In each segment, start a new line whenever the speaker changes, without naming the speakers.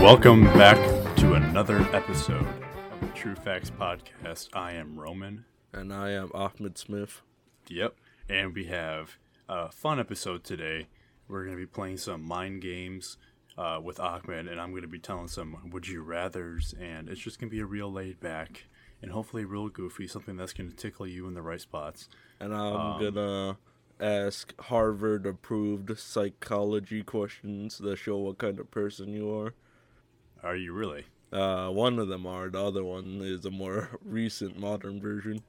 Welcome back to another episode of the True Facts Podcast. I am Roman.
And I am Ahmed Smith.
Yep. And we have a fun episode today. We're going to be playing some mind games uh, with Ahmed, and I'm going to be telling some would you rathers, and it's just going to be a real laid back and hopefully real goofy, something that's going to tickle you in the right spots.
And I'm
Um,
gonna ask Harvard approved psychology questions that show what kind of person you are.
Are you really?
Uh, one of them are, the other one is a more recent modern version.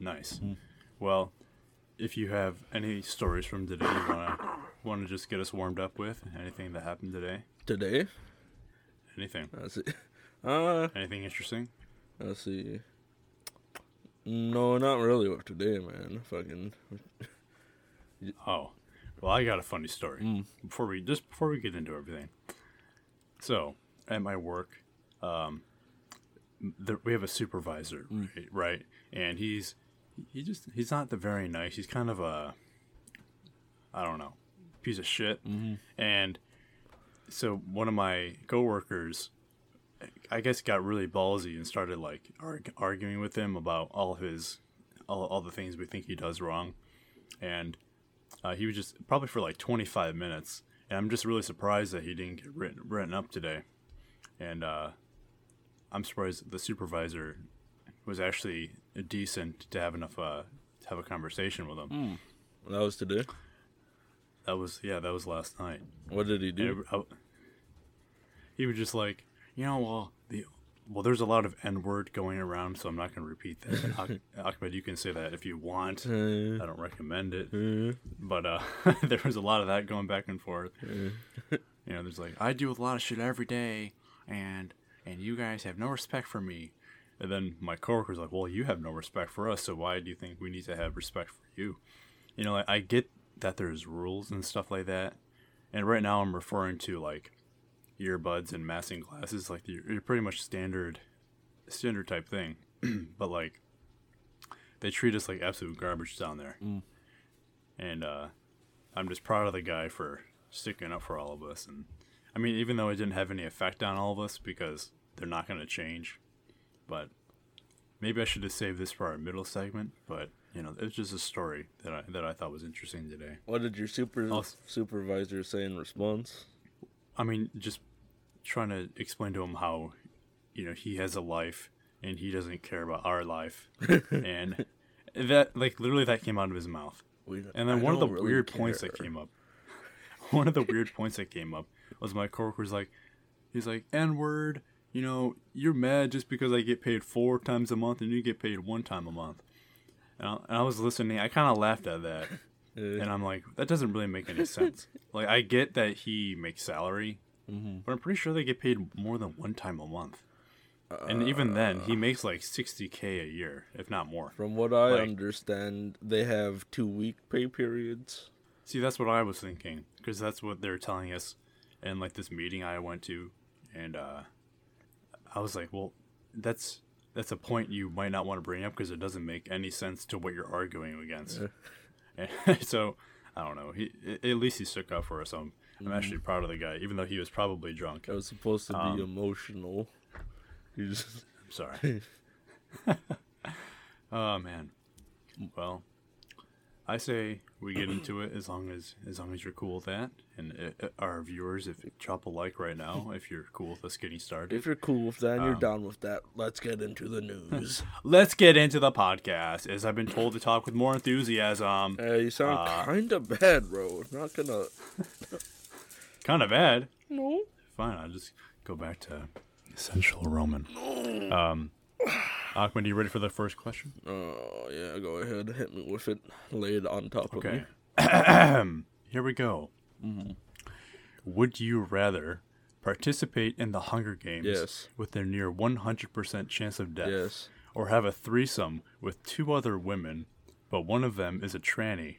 Nice. Well, if you have any stories from today you want to want to just get us warmed up with, anything that happened today,
Today?
anything,
Let's see. Uh,
anything interesting?
let's see. No, not really with today, man. Fucking.
Oh, well, I got a funny story before we just before we get into everything. So at my work, um, there, we have a supervisor, right, right? And he's he just he's not the very nice. He's kind of a I don't know piece of shit. And so one of my coworkers. I guess got really ballsy and started like arg- arguing with him about all of his, all, all the things we think he does wrong, and uh, he was just probably for like 25 minutes, and I'm just really surprised that he didn't get written, written up today. And uh, I'm surprised the supervisor was actually decent to have enough uh, to have a conversation with him.
That was today?
That was yeah, that was last night.
What did he do?
And I- I- he was just like, you know, well the well, there's a lot of N word going around, so I'm not going to repeat that. Ak- Ahmed, you can say that if you want.
Uh,
I don't recommend it.
uh,
but uh, there was a lot of that going back and forth. you know, there's like I do a lot of shit every day, and and you guys have no respect for me. And then my coworker's like, "Well, you have no respect for us, so why do you think we need to have respect for you?" You know, like, I get that there's rules and stuff like that, and right now I'm referring to like earbuds and massing glasses, like you're, you're pretty much standard, standard type thing. but like, they treat us like absolute garbage down there and uh, I'm just proud of the guy for sticking up for all of us. And I mean, even though it didn't have any effect on all of us because they're not going to change, but maybe I should have saved this for our middle segment. But you know, it's just a story that I that I thought was interesting today.
what did your super
I'll s-
supervisor say in response?
I mean, just trying to explain to him how you know he has a life and he doesn't care about our life, and that like literally that came out of his mouth.
We,
And then
I
one of the
don't really
weird points that
care.
came up, one of the weird points that came up was my coworker's like, he's like, N word, you know, you're mad just because I get paid four times a month and you get paid one time a month. And I, and I was listening, I kind of laughed at that. And I'm like, that doesn't really make any sense. like, I get that he makes salary,
Mm-hmm.
but I'm pretty sure they get paid more than one time a month. And even then,
Uh.
he makes like 60K a year, if not more.
From what I
Like-
understand, they have two week pay periods.
See, that's what I was thinking because that's what they're telling us in like this meeting I went to, and uh, I was like, well, that's that's a point you might not want to bring up because it doesn't make any sense to what you're arguing against. and so I don't know. He a- at least he stuck up for us. I'm I'm actually proud of the guy, even though he was probably drunk.
That was supposed to
Um,
be emotional. You just-
I'm sorry. oh man. Well, I say we get into it as long as as long as you're cool with that, and uh, uh, our viewers, if drop a like right now if you're cool with us getting started.
if you're cool with that and you're
Um,
down with that, let's get into the news.
Let's get into the podcast, as I've been told to talk with more enthusiasm.
uh, you sound kind of bad, bro. I'm not gonna.
Kind of bad.
No.
Fine, I'll just go back to essential Roman. Um, Ahmed, you ready for the first question?
Oh yeah, go ahead, hit me with it. Lay it on top of me.
Okay. Here we go.
Mm-hmm.
Would you rather participate in the Hunger Games
Yes.
with a near 100% chance of death,
Yes.
or have a threesome with two other women, but one of them is a tranny,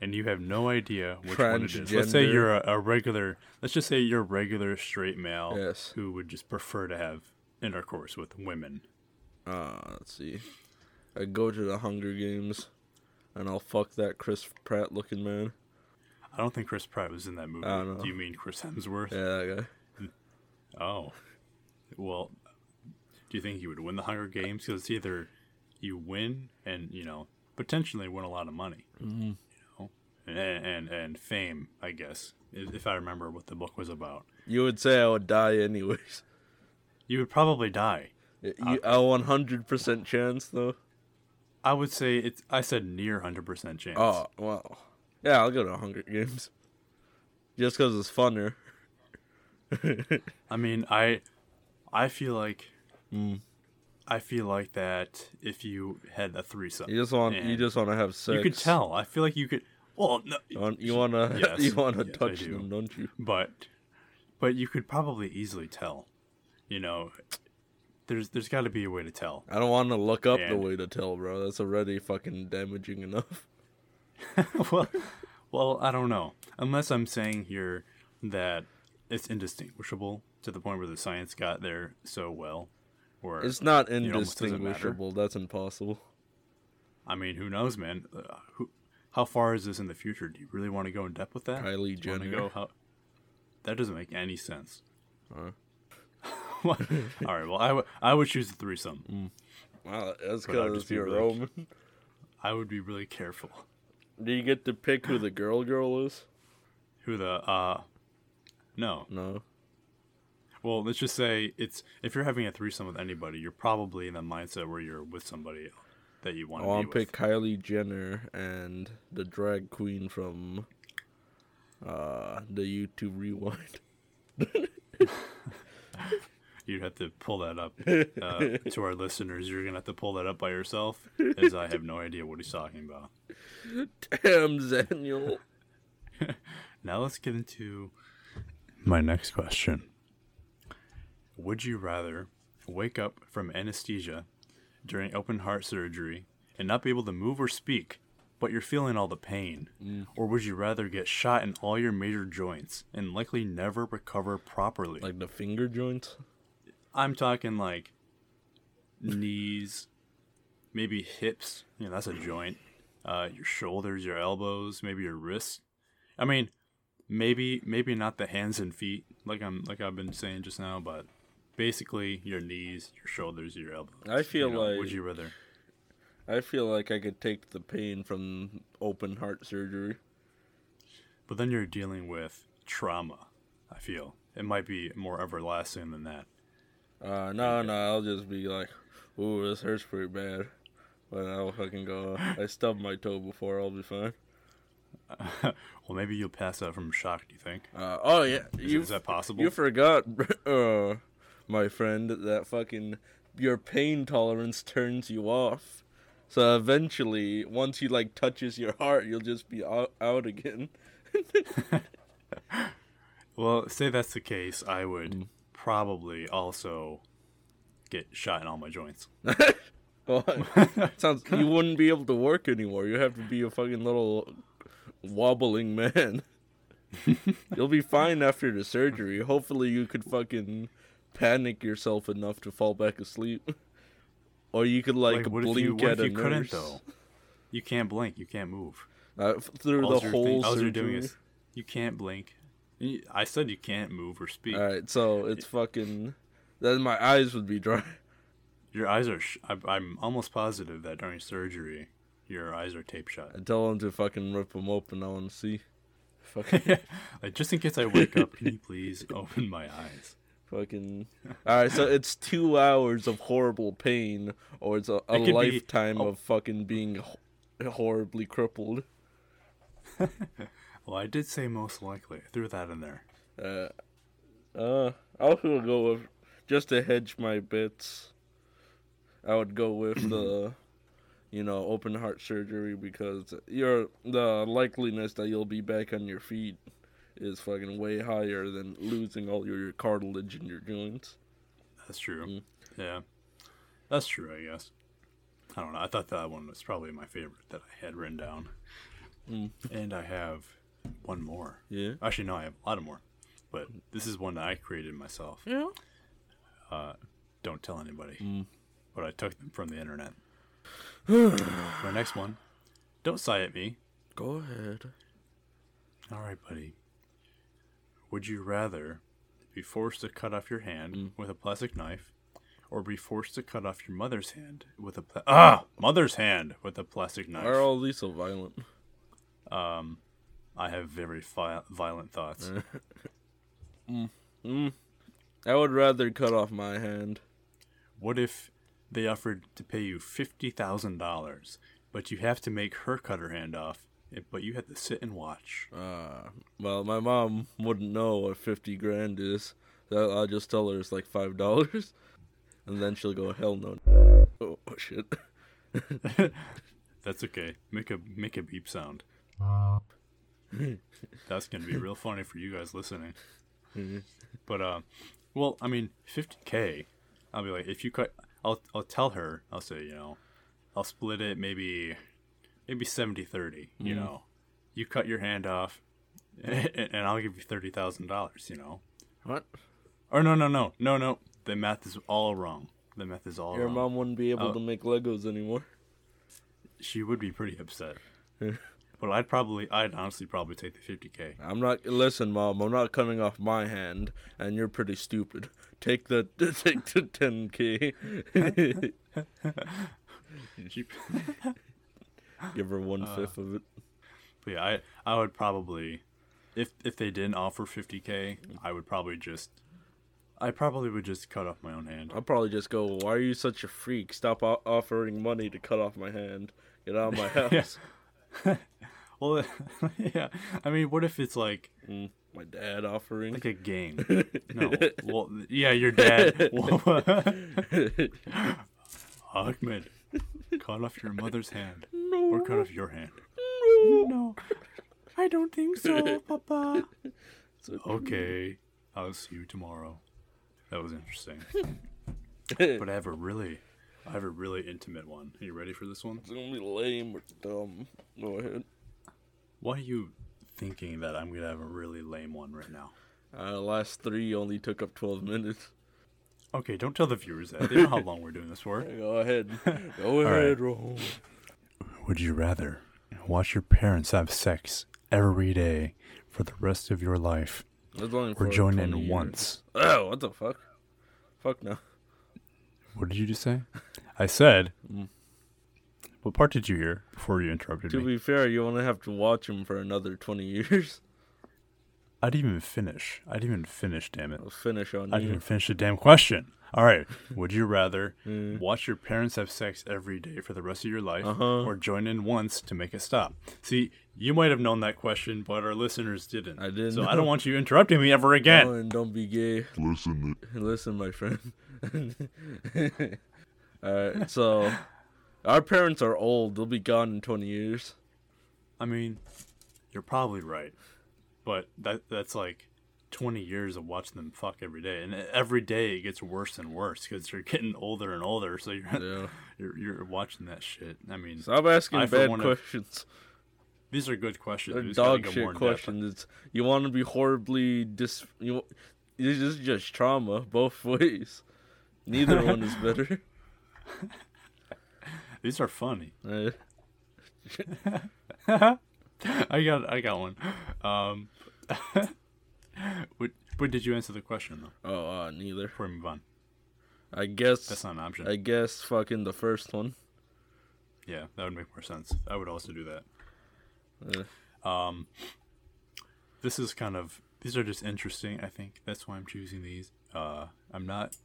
and you have no idea which one it is? Let's say
Transgender.
you're a, a regular. Let's just say you're a regular straight male
Yes.
who would just prefer to have intercourse with women.
Uh, let's see. I go to the Hunger Games, and I'll fuck that Chris Pratt looking man.
I don't think Chris Pratt was in that movie.
I don't know.
Do you mean Chris Hemsworth?
Yeah, that guy.
Oh, well, do you think you would win the Hunger Games? Because it's either you win and you know potentially win a lot of money, you know, and, and and fame, I guess, if if I remember what the book was about.
You would say I would die anyways.
You would probably die.
You, a 100% chance, though.
I would say it's. I said near hundred percent chance.
Oh, wow. Yeah, I'll go to Hunger Games. Just because it's funner.
I mean, I, I feel like, I feel like that if you had a threesome,
You just want you
and
just want to have sex.
you could tell. I feel like you could. Well, no,
You want you want to
Yes,
you want to
yes, I
touch
do.
them, don't you?
but, but you could probably easily tell. You know, there's there's got to be a way to tell.
I don't want to look up the
And-
way to tell, bro. That's already fucking damaging enough.
well, well, I don't know. Unless I'm saying here that it's indistinguishable to the point where the science got there so well, or
It's not
it almost doesn't matter.
indistinguishable. That's impossible.
I mean, who knows, man? Uh, who, how far is this in the future? Do you really want to go in depth with that?
Kylie
Do you wanna
Jenner.
Go how, that doesn't make any sense.
Huh?
What? All right. Well, I would I would choose the threesome.
Mm. Wow, that's
But I'd
because
just be
you're
like-
Roman.
I would be really careful.
Do you get to pick who the girl girl is?
Who the uh, no.
No.
Well, let's just say it's if you're having a threesome with anybody, you're probably in the mindset where you're with somebody that you want
I
to be
want to
with.
Oh, pick Kylie Jenner and the drag queen from uh the YouTube Rewind.
You'd have to pull that up uh, to our listeners. You're gonna have to pull that up by yourself, as I have no idea what he's talking about.
Damn, Zaniel.
Now let's get into my next question. Would you rather wake up from anesthesia during open heart surgery and not be able to move or speak, but you're feeling all the pain? Or would you rather get shot in all your major joints and likely never recover properly?
like the finger joints.
I'm talking like knees, maybe hips. You know, that's a joint. Uh, your shoulders, your elbows, maybe your wrists. I mean, maybe maybe not the hands and feet, like I'm like I've been saying just now, but basically your knees, your shoulders, your elbows.
I feel
You know,
like-
would you rather?
I feel like I could take the pain from open heart surgery.
But then you're dealing with trauma. I feel it might be more everlasting than that.
Uh, no, no, I'll just be like, ooh, this hurts pretty bad. But I'll fucking go, I stubbed my toe before, I'll be fine.
Well, maybe you'll pass out from shock. Do you think?
Uh, oh, yeah.
Is,
You,
is that possible?
you forgot, uh, my friend, that fucking your pain tolerance turns you off. So eventually, once he like touches your heart, you'll just be out, out again.
Well, say that's the case, I would
Mm.
probably also get shot in all my joints.
Well, sounds you wouldn't be able to work anymore. You have to be a fucking little wobbling man. You'll be fine after the surgery. Hopefully, you could fucking panic yourself enough to fall back asleep, or you could like,
Like, what if
blink
you, what if
at
you
a
couldn't
nurse
though? You can't blink. You can't move.
Uh, f- through
All
the
you're
whole
think- all
surgery.
you're doing is you can't blink. You- I said you can't move or speak.
All right, so it's fucking. Then my eyes would be dry.
Your eyes are. Sh- I, I'm almost positive that during surgery, your eyes are tape shut.
I tell him to fucking rip them open. I want to see. Fucking
like just in case I wake up, can you please open my eyes?
Fucking. All right, so it's two hours of horrible pain, or it's a, a
It could be-
lifetime of fucking being ho- horribly crippled.
Well, I did say most likely. I threw that in there.
Uh, I also would go with just to hedge my bets. I would go with the, you know, open heart surgery because your the likeliness that you'll be back on your feet is fucking way higher than losing all your cartilage in your joints.
That's true. Yeah, that's true. I guess. I don't know. I thought that one was probably my favorite that I had written down. And I have one more.
Yeah.
Actually, no, I have a lot of more, but this is one that I created myself.
Yeah.
Don't tell anybody. But I took them from the internet. my next one. Don't sigh at me.
Go ahead.
All right, buddy. Would you rather be forced to cut off your hand with a plastic knife, or be forced to cut off your mother's hand with a pla- ah mother's hand with a plastic knife.
Are all these so violent?
I have very fi- violent thoughts.
I would rather cut off my hand.
What if they offered to pay you fifty thousand dollars, but you have to make her cut her hand off, eh, but you have to sit and watch?
Uh, well, my mom wouldn't know what fifty grand is. So I'll just tell her it's like five dollars, and then she'll go, "Hell no!" Oh shit!
That's okay. Make a make a beep sound. That's gonna be real funny for you guys listening. But uh, well, I mean, fifty k. I'll be like, if you cut, I'll I'll tell her. I'll say, you know, I'll split it maybe, maybe 70-30, You know, you cut your hand off, and, and I'll give you thirty thousand dollars. You know,
What?
or no, no, no, no, no. The math is all wrong. The math is all
Your
wrong.
mom wouldn't be able
Oh.
to make Legos anymore.
she would be pretty upset. but I'd probably, I'd honestly probably take the 50k.
I'm not. Listen, mom. I'm not cutting off my hand, and you're pretty stupid. Take the take the ten k.
She,
Give her one fifth of it.
but yeah, I, I would probably, if if they didn't offer 50k, I would probably just, I probably would just cut off my own hand.
I'll probably just go. Why are you such a freak? Stop o- offering money to cut off my hand. Get out of my house.
Yeah. Well, yeah. I mean, what if it's like
Mm, my dad offering.
like a game? No. Well, yeah, your dad. Ahmed, cut off your mother's hand or cut off your hand. No, I don't think so, Papa. Okay, I'll see you tomorrow. That was interesting. but I have a really, I have a really intimate one. Are you ready for this one?
It's gonna be lame or dumb. Go ahead.
Why are you thinking that I'm gonna have a really lame one right now?
Uh, last three only took up twelve minutes.
Okay, don't tell the viewers that. They know how long we're doing this for.
Go ahead. Go ahead, Roll.
Would you rather watch your parents have sex every day for the rest of your life,
That's only
or
for
join
20
in
years.
once?
Oh, what the fuck? Fuck no.
What did you just say? I said.
Mm.
What part did you hear before you interrupted
To
me?
be fair, you only have to watch him for another 20 years.
I didn't even finish. I didn't even finish. Damn it!
I'll finish on
I didn't
you.
even finish the damn question. All right. Would you rather
Mm.
watch your parents have sex every day for the rest of your life,
Uh-huh.
or join in once to make it stop? See, you might have known that question, but our listeners didn't.
I didn't
So I
know.
don't want you interrupting me ever again.
Oh, and don't be gay.
Listen,
Listen, my friend. Alright, so. Our parents are old. They'll be gone in 20 years.
I mean, you're probably right, but that that's like 20 years of watching them fuck every day, and every day it gets worse and worse because you're getting older and older. So you're
Yeah.
you're, you're watching that shit. I mean,
Stop asking
I, for
bad
one, have-
questions.
these are good questions.
They're
We just gotta
dog
go more
shit
in depth.
questions. It's, you want to be horribly dis. You, this is just trauma both ways. Neither one is better.
These are funny.
Uh,
I got I got one. Um, but, but did you answer the question though?
oh, uh, neither.
Before we move on,
I guess.
that's not an option.
I guess fucking the first one.
Yeah, that would make more sense. I would also do that.
Yeah.
Um, this is kind of these are just interesting. I think that's why I'm choosing these. Uh, I'm not,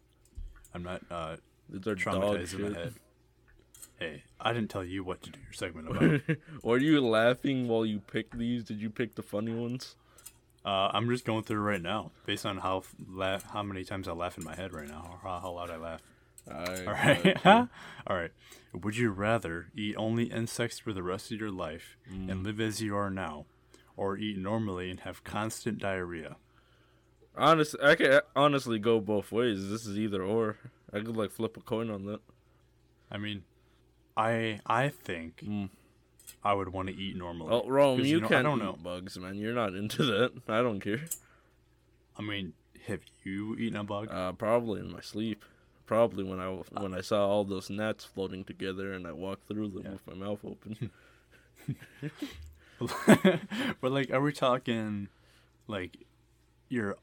I'm not uh,
These are dog
traumatized in my
shit.
head. Hey, I didn't tell you what to do your segment about.
Were you laughing while you picked these? Did you pick the funny ones?
uh, I'm just going through right now, based on how f- la- how many times I laugh in my head right now, or how, how loud I laugh.
Alright.
All right, all right. Would you rather eat only insects for the rest of your life and live as you are now, or eat normally and have constant diarrhea?
Honest, I could honestly go both ways. This is either or. I could like flip a coin on that.
I mean, I I think I would want to eat normally.
Oh, Rome,
'Cause,
you,
know,
can't
I don't
eat
know.
bugs, man. You're not into that. I don't care.
I mean, have you eaten a bug?
Uh, probably in my sleep. Probably when I when I saw all those gnats floating together and I walked through them with my mouth open.
but like, are we talking like you're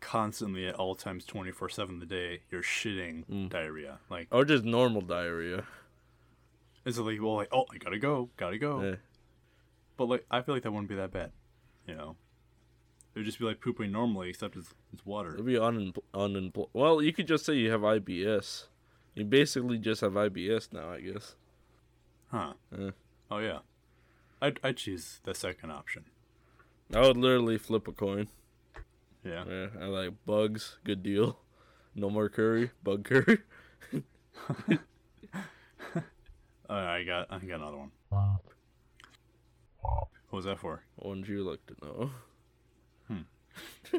constantly at all times 24 7 the day you're shitting diarrhea like
or just normal diarrhea.
it's like well like oh i gotta go gotta go
Eh.
but like i feel like that wouldn't be that bad you know it would just be like pooping normally except it's, it's water
It'd be unempl- unemployed. Well, you could just say you have IBS. You basically just have IBS now, I guess.
huh
Eh.
oh yeah i'd, I'd choose the second option
I would literally flip a coin.
yeah
Yeah, I like bugs. Good deal. No more curry. Bug curry.
uh, i got i got another one what was that for
Wouldn't you like to know?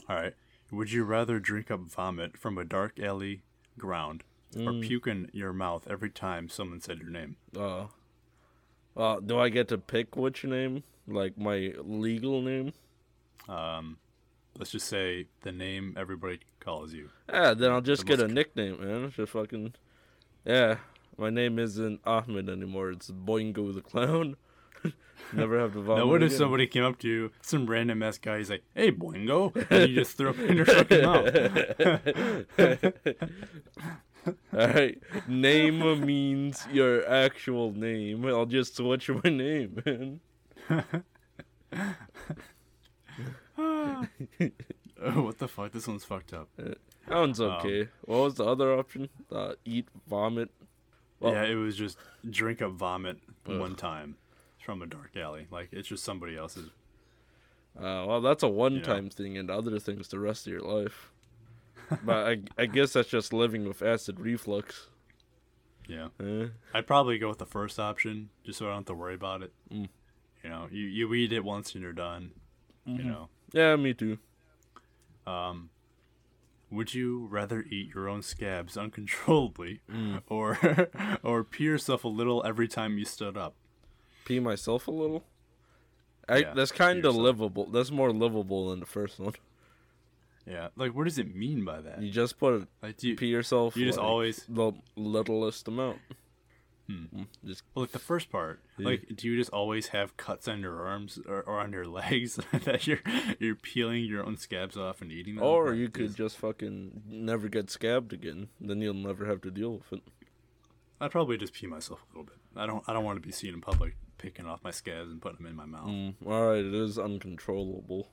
all right would you rather drink up vomit from a dark alley ground or puke in your mouth every time someone said your name
Oh. Uh, do I get to pick which name? Like my legal name?
um, let's just say the name everybody calls you.
Yeah, then I'll just
The
get a
most-
nickname, man. Just fucking. Yeah, my name isn't Ahmed anymore. It's Boingo the Clown. Never have to vomit.
Now, what if
again.
somebody came up to you, some random ass guy, he's like, "Hey, Boingo," and you just threw up in your fucking mouth?
All right, name means your actual name. I'll just switch my name, man.
Oh, what the fuck? This one's fucked up.
That one's okay. what was the other option? Uh, eat vomit. Well-
yeah, it was just drink up vomit one time from a dark alley. Like it's just somebody else's.
Uh, well, that's a one-time thing, and other things the rest of your life. but I, I guess that's just living with acid reflux.
Yeah,
Eh?
I'd probably go with the first option just so I don't have to worry about it.
Mm.
You know, you you eat it once and you're done. You
Mm-hmm.
know,
Yeah, me too.
Would you rather eat your own scabs uncontrollably,
Mm.
or or pee yourself a little every time you stood up?
Pee myself a little. I,
Yeah,
that's
pee
kind of
yourself.
livable. That's more livable than the first one.
Yeah, like what does it mean by that?
You just put a
Like, do you,
pee yourself.
You just
like,
always-
the littlest amount. Mm, Just
well, like the first part, like do you just always have cuts on your arms or, or on your legs that you're you're peeling your own scabs off and eating them?
or
Like,
Oh, you could
is-
just fucking never get scabbed again. Then you'll never have to deal with it.
I'd probably just pee myself a little bit. I don't I don't want to be seen in public picking off my scabs and putting them in my mouth.
Mm, all right, it is uncontrollable.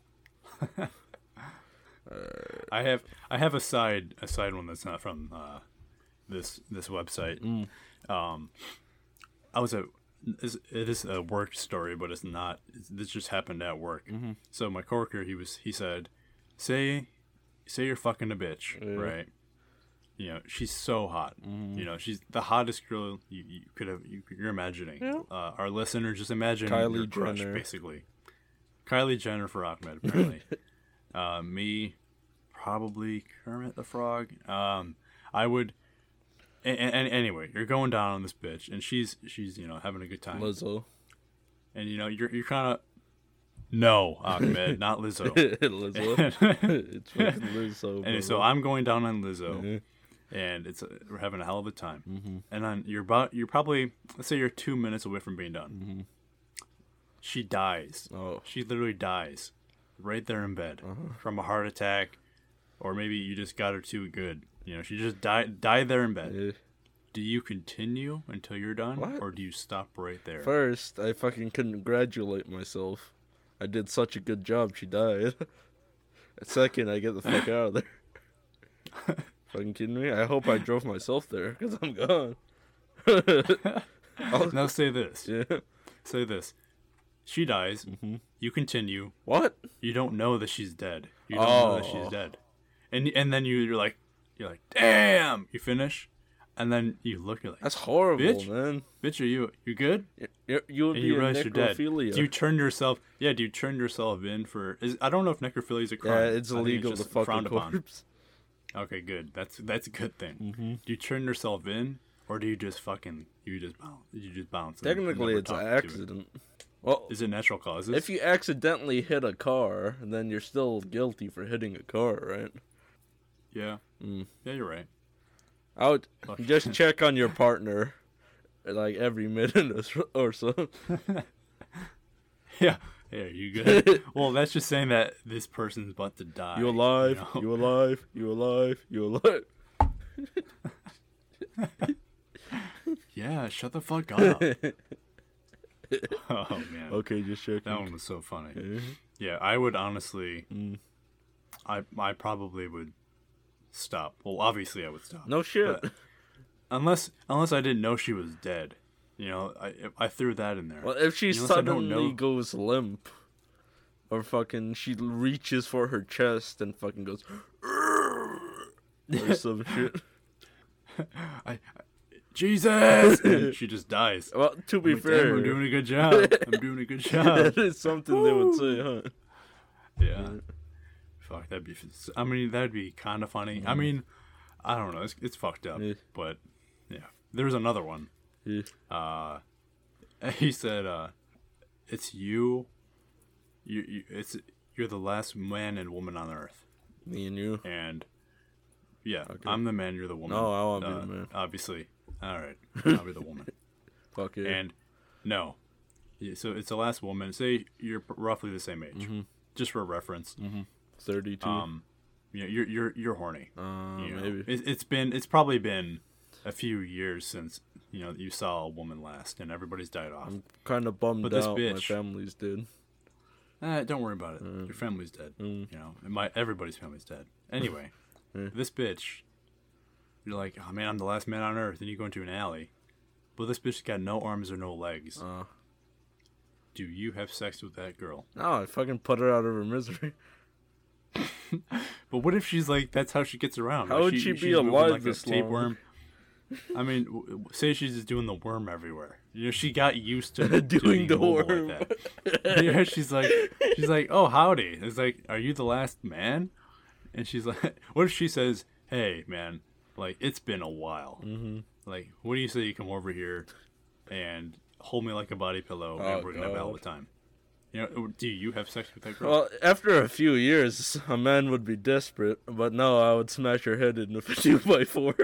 I have I have a side a side one that's not from uh, this this website.
Mm.
Um, I was at this- it is a work story, but it's not. It's, this just happened at work.
Mm-hmm.
So my coworker, he was he said, "Say, say you're fucking a bitch, right? You know she's so hot.
Mm-hmm.
You know she's the hottest girl you, you could have. You, you're imagining. Uh, our listener just imagine
Kylie
your crush,
Jenner.
basically. Kylie Jenner for Ahmed, apparently. uh, me, probably Kermit the Frog. Um, I would. And, and anyway, you're going down on this bitch, and she's she's you know having a good time,
Lizzo.
and you know you're you're kind of no Ahmed, not Lizzo.
Lizzo. it's fucking Lizzo.
And so I'm going down on Lizzo, and it's uh, we're having a hell of a time. Mm-hmm. And on you're about you're probably let's say you're two minutes away from being done. She dies.
Oh.
She literally dies right there in bed
Uh-huh.
from a heart attack, or maybe you just got her too good. You know, she just died died there in bed.
Eh.
Do you continue until you're done,
What?
or do you stop right there?
First, I fucking congratulate myself. I did such a good job. She died. Second, I get the fuck out of there. fucking kidding me? I hope I drove myself there because I'm gone.
Now say this.
oh. Yeah. Mm-hmm.
Say this. She dies. You continue.
What?
you don't know that she's dead. You don't know that
Oh.
she's dead. And and then you, you're like you're like, damn. You finish, and then you look. You're like,
That's horrible,
Bitch.
man.
bitch, are you you good?
You're, you would
And
be
you
a
realize you're dead. Do
necrophilia.
you turn yourself? Yeah. Do you turn yourself in for? Is I don't know if necrophilia is a crime.
yeah, it's
I think
illegal
just
to fuck a
frowned upon. Mm,
corpse. Mm-hmm.
Okay, good. That's that's a good thing. Do you turn yourself in, or do you just fucking you just bounce? You just bounce. and
Technically,
never
it's
talk
an
to it?
accident. Well,
Is it natural causes?
if you accidentally hit a car, then you're still guilty for hitting a car, right?
yeah.
Mm.
Yeah, you're right.
I would
Oh,
just check on your partner, like every minute or so- or so.
Yeah, Hey, are you good? well, that's just saying that this person's about to die.
You alive?
know?
You alive? You alive? You alive?
Yeah, shut the fuck up. oh man,
Okay, just checking.
that one was so funny.
Eh,
Yeah, I would honestly,
Mm.
I I probably would stop. Well, obviously I would stop.
No shit.
But- unless unless I didn't know she was dead. You know, I I threw that in there.
Well, if she
Unless I don't
suddenly
know-
goes limp, or fucking she reaches for her chest and fucking goes, or some shit.
I, I Jesus, and she just dies.
Well, to be
Like, damn,
fair,
I'm doing a good job. I'm doing a good job.
that is something they would say, huh?
Yeah. Fuck, that'd be. I mean, that'd be kind of funny. I mean, I don't know. It's, it's fucked up,
Mm. Yeah.
but yeah. There's another one.
Yeah.
Uh, he said, uh, "It's you. You, you. It's you're the last man and woman on earth."
Me and you.
and yeah, I'm the man, you're the woman. Uh,
No, I wanna be the man.
Obviously, all right, I'll be the woman.
Fuck it.
and no, Yeah, so it's the last woman. Say you're p- roughly the same age,
Mm-hmm.
just for reference.
Thirty-two.
Um, you know, you're you're you're horny.
Uh,
you know?
maybe.
It, it's been it's probably been a few years since you know you saw a woman last, and everybody's died off.
I'm kind of bummed
But this
out. My
bitch-
family's dead.
Eh, don't worry about it. Your family's dead. You know, and my everybody's family's dead. Anyway, this bitch, you're like, oh man, I'm the last man on earth, and you go into an alley, but this bitch got no arms or no legs.
Uh.
Do you have sex with that girl?
No, I fucking put her out of her misery.
But what if she's like, that's how she gets around?
How
Like,
would she be
she's moving
alive
a
this
tapeworm. I mean, w- w- say she's just doing the worm everywhere. You know, she got used to to being
Doing the
mobile like
worm.
that. yeah, she's like, she's like, oh howdy. It's like, are you the last man? And she's like, what if she says, hey man, like it's been a while. Mm-hmm. Like, what do you say you come over here and hold me like a body pillow
Oh,
and we're gonna have all
God.
the time? You know, do you have sex with that girl?
Well, after a few years, a man would be desperate, but now I would smash her head in a two by four.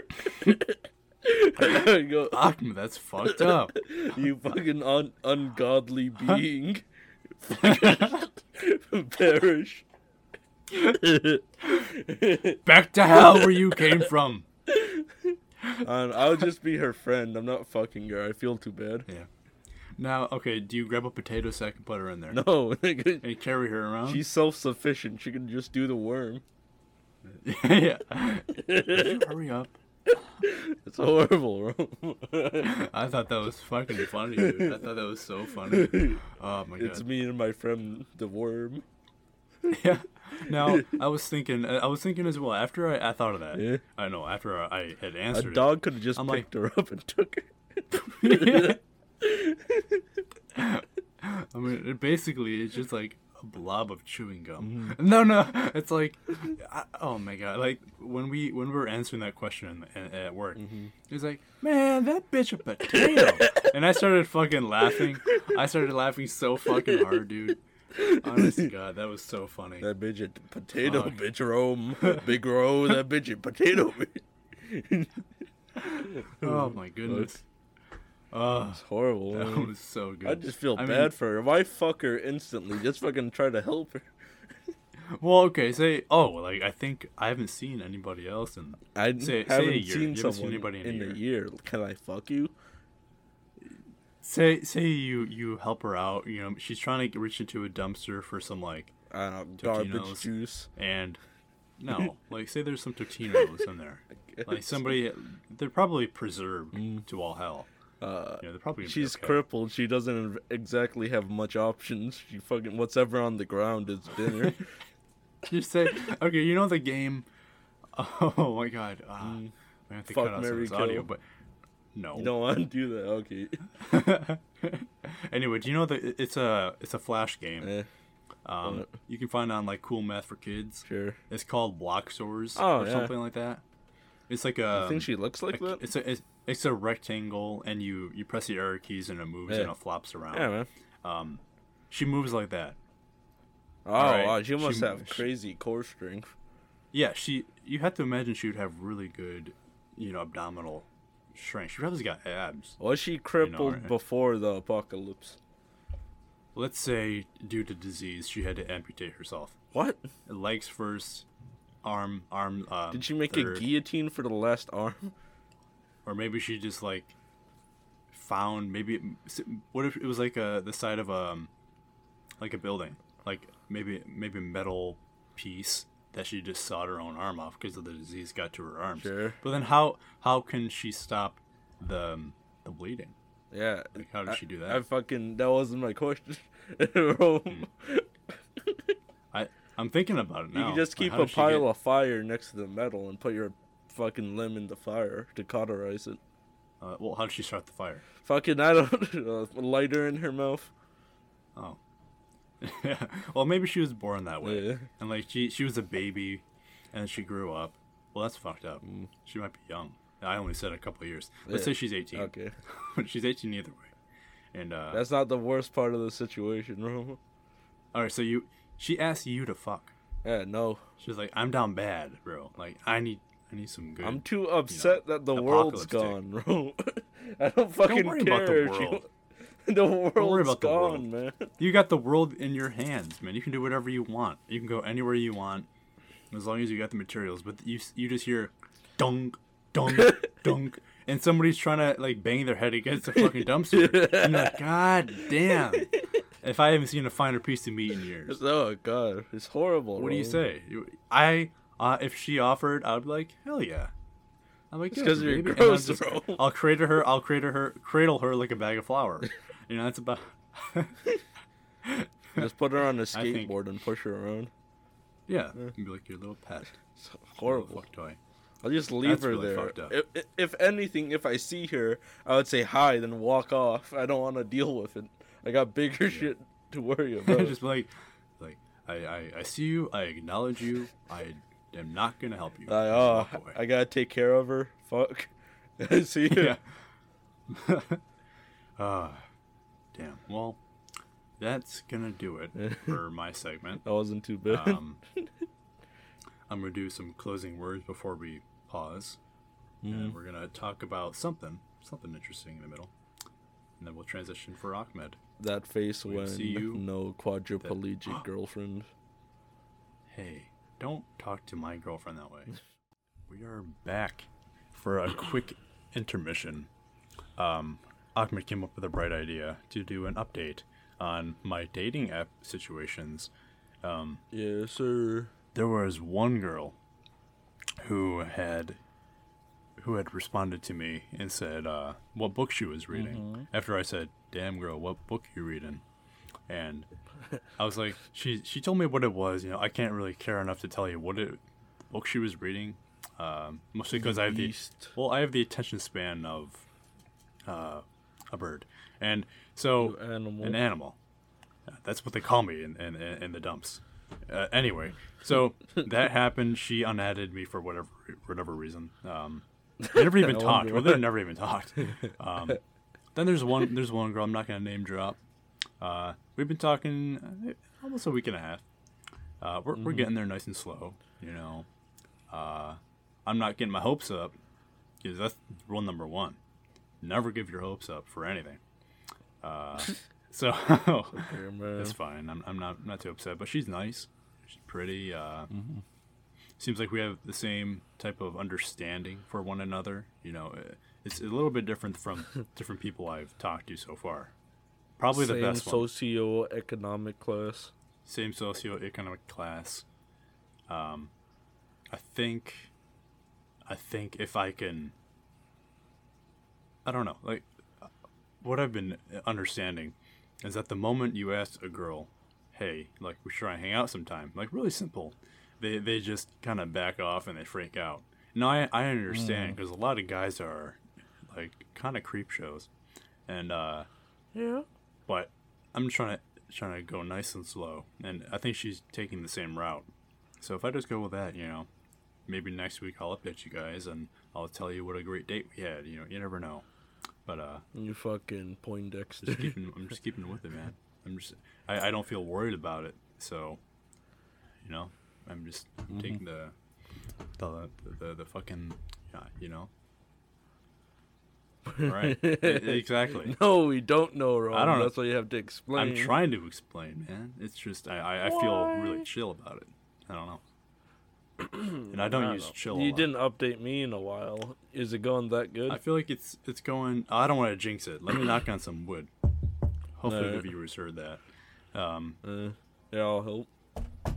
I would go,
Fuck, that's fucked up.
you fucking un- ungodly being, perish.
Back to hell where you came from.
And I would just be her friend. I'm not fucking her. I feel too bad.
Yeah. Now, okay, do you grab a potato sack and put her in there?
No, nigga,
And carry her around?
she's self-sufficient. She can just do the worm.
yeah. Would you hurry up.
It's horrible, bro.
I thought that was fucking funny, dude. I thought that was so funny. Oh my god.
It's me and my friend, the worm.
yeah. Now, I was thinking, I was thinking as well, after I, I thought of that,
Yeah.
I know, after I, I had
A
answered
dog could have just
I'm like-
picked her up and took her.
it. I mean, it basically, it's just like a blob of chewing gum.
Mm-hmm.
No, no, it's like, I, oh my god! Like when we when we were answering that question in, in, at work,
Mm-hmm.
it was like, man, that bitch a potato, and I started fucking laughing. I started laughing so fucking hard, dude. Honest to God, that was so funny.
That bitch a potato
Fuck.
bitch Rome. Big Rome, that bitch a potato bitch.
Oh my goodness. Oh,
It's horrible.
that
man.
was so good.
I just feel
I mean,
bad for her. If I fuck her instantly, just fucking try to help her.
Well, okay, say oh, like I think I haven't seen anybody else in
I
Say- say
haven't
a year. You
seen
haven't seen
someone
anybody in a
in, a year. Can I fuck you?
Say say you you help her out, you know, she's trying to reach into a dumpster for some like
I don't know, Uh, garbage
Totinos.
juice.
and no, like say there's some Totinos in there. Like somebody they're probably preserved to all hell.
Uh,
You know, they're probably gonna be
Mm. she's
okay.
crippled. She doesn't ev- exactly have much options. She fucking what's ever on the ground is dinner.
Just say okay, you know the game Oh my god. Uh, I have to
Mm. Fuck,
cut out some of
marry,
this audio,
kill.
but no.
you don't want to do that. Okay.
anyway, do you know that it's a it's a flash game.
Eh,
um,
what?
you can find it on like Cool Math for Kids.
sure.
It's called Block Stores
Oh,
or
yeah.
something like that. It's like a
I think she looks like that.
it's a it's, it's a rectangle, and you you press the arrow keys, and it moves
Yeah.
and it flops around.
Yeah, man.
She moves like that.
Oh,
right.
wow, she
She
must
mo-
have
she-
crazy core strength.
Yeah, she. You have to imagine she would have really good, you know, abdominal strength. She probably got abs.
Was she crippled
right?
before the apocalypse?
let's say due to disease she had to amputate herself.
What?
Legs first, arm arm. Uh,
Did she make
third.
a guillotine for the last arm?
or maybe she just like found maybe it, what if it was like a the side of a like a building like maybe maybe a metal piece that she just sawed her own arm off because of the disease got to her arms
Sure.
but then how how can she stop the um, the bleeding
Yeah.
like how did she do
I
that Hmm.
fucking that wasn't my question. Bro,
i i'm thinking about it
You
now
can just
Like,
keep
how
a
did she get-
pile of fire next to the metal and put your fucking limb in the fire to cauterize it.
uh, well how did she start the fire
Fucking I don't a lighter in her mouth.
oh well maybe she was born that way
Yeah.
and like she she was a baby and she grew up well that's fucked up she might be young i only said a couple of years let's
Mm.
say
Yeah.
she's 18
Okay.
she's 18 either way and uh
That's not the worst part of the situation, bro.
all right so you she asked you to fuck
Yeah, no.
she's like i'm down bad bro like i need i need some good
I'm too upset that the world's gone,
apocalypse
bro. I don't fucking
worry
care.
about the
if you-
world.
the world's
worry about the world.
gone, man.
you got the world in your hands man you can do whatever you want you can go anywhere you want as long as you got the materials but you you just hear dunk dunk dunk and somebody's trying to like bang their head against a fucking dumpster and you're like god damn if i haven't seen a finer piece of meat in years
Oh god, it's horrible.
What do you
bro.
say? You- I uh, if she offered, I'd be like, hell yeah. I'm like, yeah,
'cause you're
baby. And
gross,
I'll,
bro.
I'll cradle her. I'll cradle her. Cradle her like a bag of flour. you know, that's about.
Just put her on a
think-
skateboard and push her around.
Yeah, and be like your little pet,
It's
little
horrible.
Oh, fuck toy.
I'll just leave
That's
her
really
there.
fucked up.
If, if- if anything, if I see her, I would say hi, then walk off. I don't want to deal with it. I got bigger shit to worry about.
Just be like, like I, I, I see you. I acknowledge you. I am not gonna help you.
I, oh,
Just walk away.
I gotta take care of her. Fuck. I see her.
yeah. Ah, damn. Well, that's gonna do it for my segment.
That wasn't too bad.
Um, I'm gonna do some closing words before we pause,
Mm-hmm.
and we're gonna talk about something, something interesting in the middle, and then we'll transition for Ahmed.
that face when
see you.
no quadriplegic girlfriend.
Hey, don't talk to my girlfriend that way. we are back for a quick intermission. Um, Ahmed came up with a bright idea to do an update on my dating app situations
Yeah, sir.
there was one girl who had who had responded to me and said uh, what book she was reading after I said, "Damn girl, what book you reading?" And I was like, "She she told me what it was. You know, I can't really care enough to tell you what it the book she was reading, um, mostly because I have the
Beast.
well, I have the attention span of uh, a bird, and so
Animal.
an animal. Uh, That's what they call me in in, in the dumps. Uh, anyway, so that happened. She unadded me for whatever whatever reason. Um, they never even
I
talked.
wonder.
Well, they never even talked. Um, then there's one there's one girl. I'm not gonna name drop. Uh, we've been talking uh, almost a week and a half. Uh, we're we're getting there nice and slow. You know, uh, I'm not getting my hopes up because that's rule number one. Never give your hopes up for anything. Uh, so
Yeah, man.
That's fine. I'm, I'm not not too upset, but she's nice. She's pretty. Uh, Seems like we have the same type of understanding for one another. You know, eh, it's a little bit different from different people I've talked to so far. Probably the
Same
best one.
socio-economic class.
Same socioeconomic class. Um, I think. I think if I can. I don't know. Like, what I've been understanding is that the moment you ask a girl, "Hey, like, we should try and hang out sometime," like, really simple, they they just kind of back off and they freak out. Now I I understand because a lot of guys are, like, kind of creep shows, and uh,
Yeah.
but I'm trying to trying to go nice and slow, and I think she's taking the same route. So if I just go with that, you know, maybe next week I'll update you guys and I'll tell you what a great date we had. You know, you never know. But uh,
You fucking Poindexter.
just keeping, I'm just keeping with it, man. I'm just I, I don't feel worried about it. So, you know, I'm just taking the the the, the, the fucking uh, you know Right. E- exactly.
No, we don't know, Rome.
I don't know.
That's why you have to explain.
I'm trying to explain, man. It's just I, I, I feel really
Why?
chill about it. I don't know. and I don't
I
use
know.
chill. a
You
lot.
didn't update me in a while. Is it going that good?
I feel like it's it's going. I don't want to jinx it. Let me knock on some wood. Hopefully the
Alright.
viewers heard that. Um,
Uh, yeah, I'll help.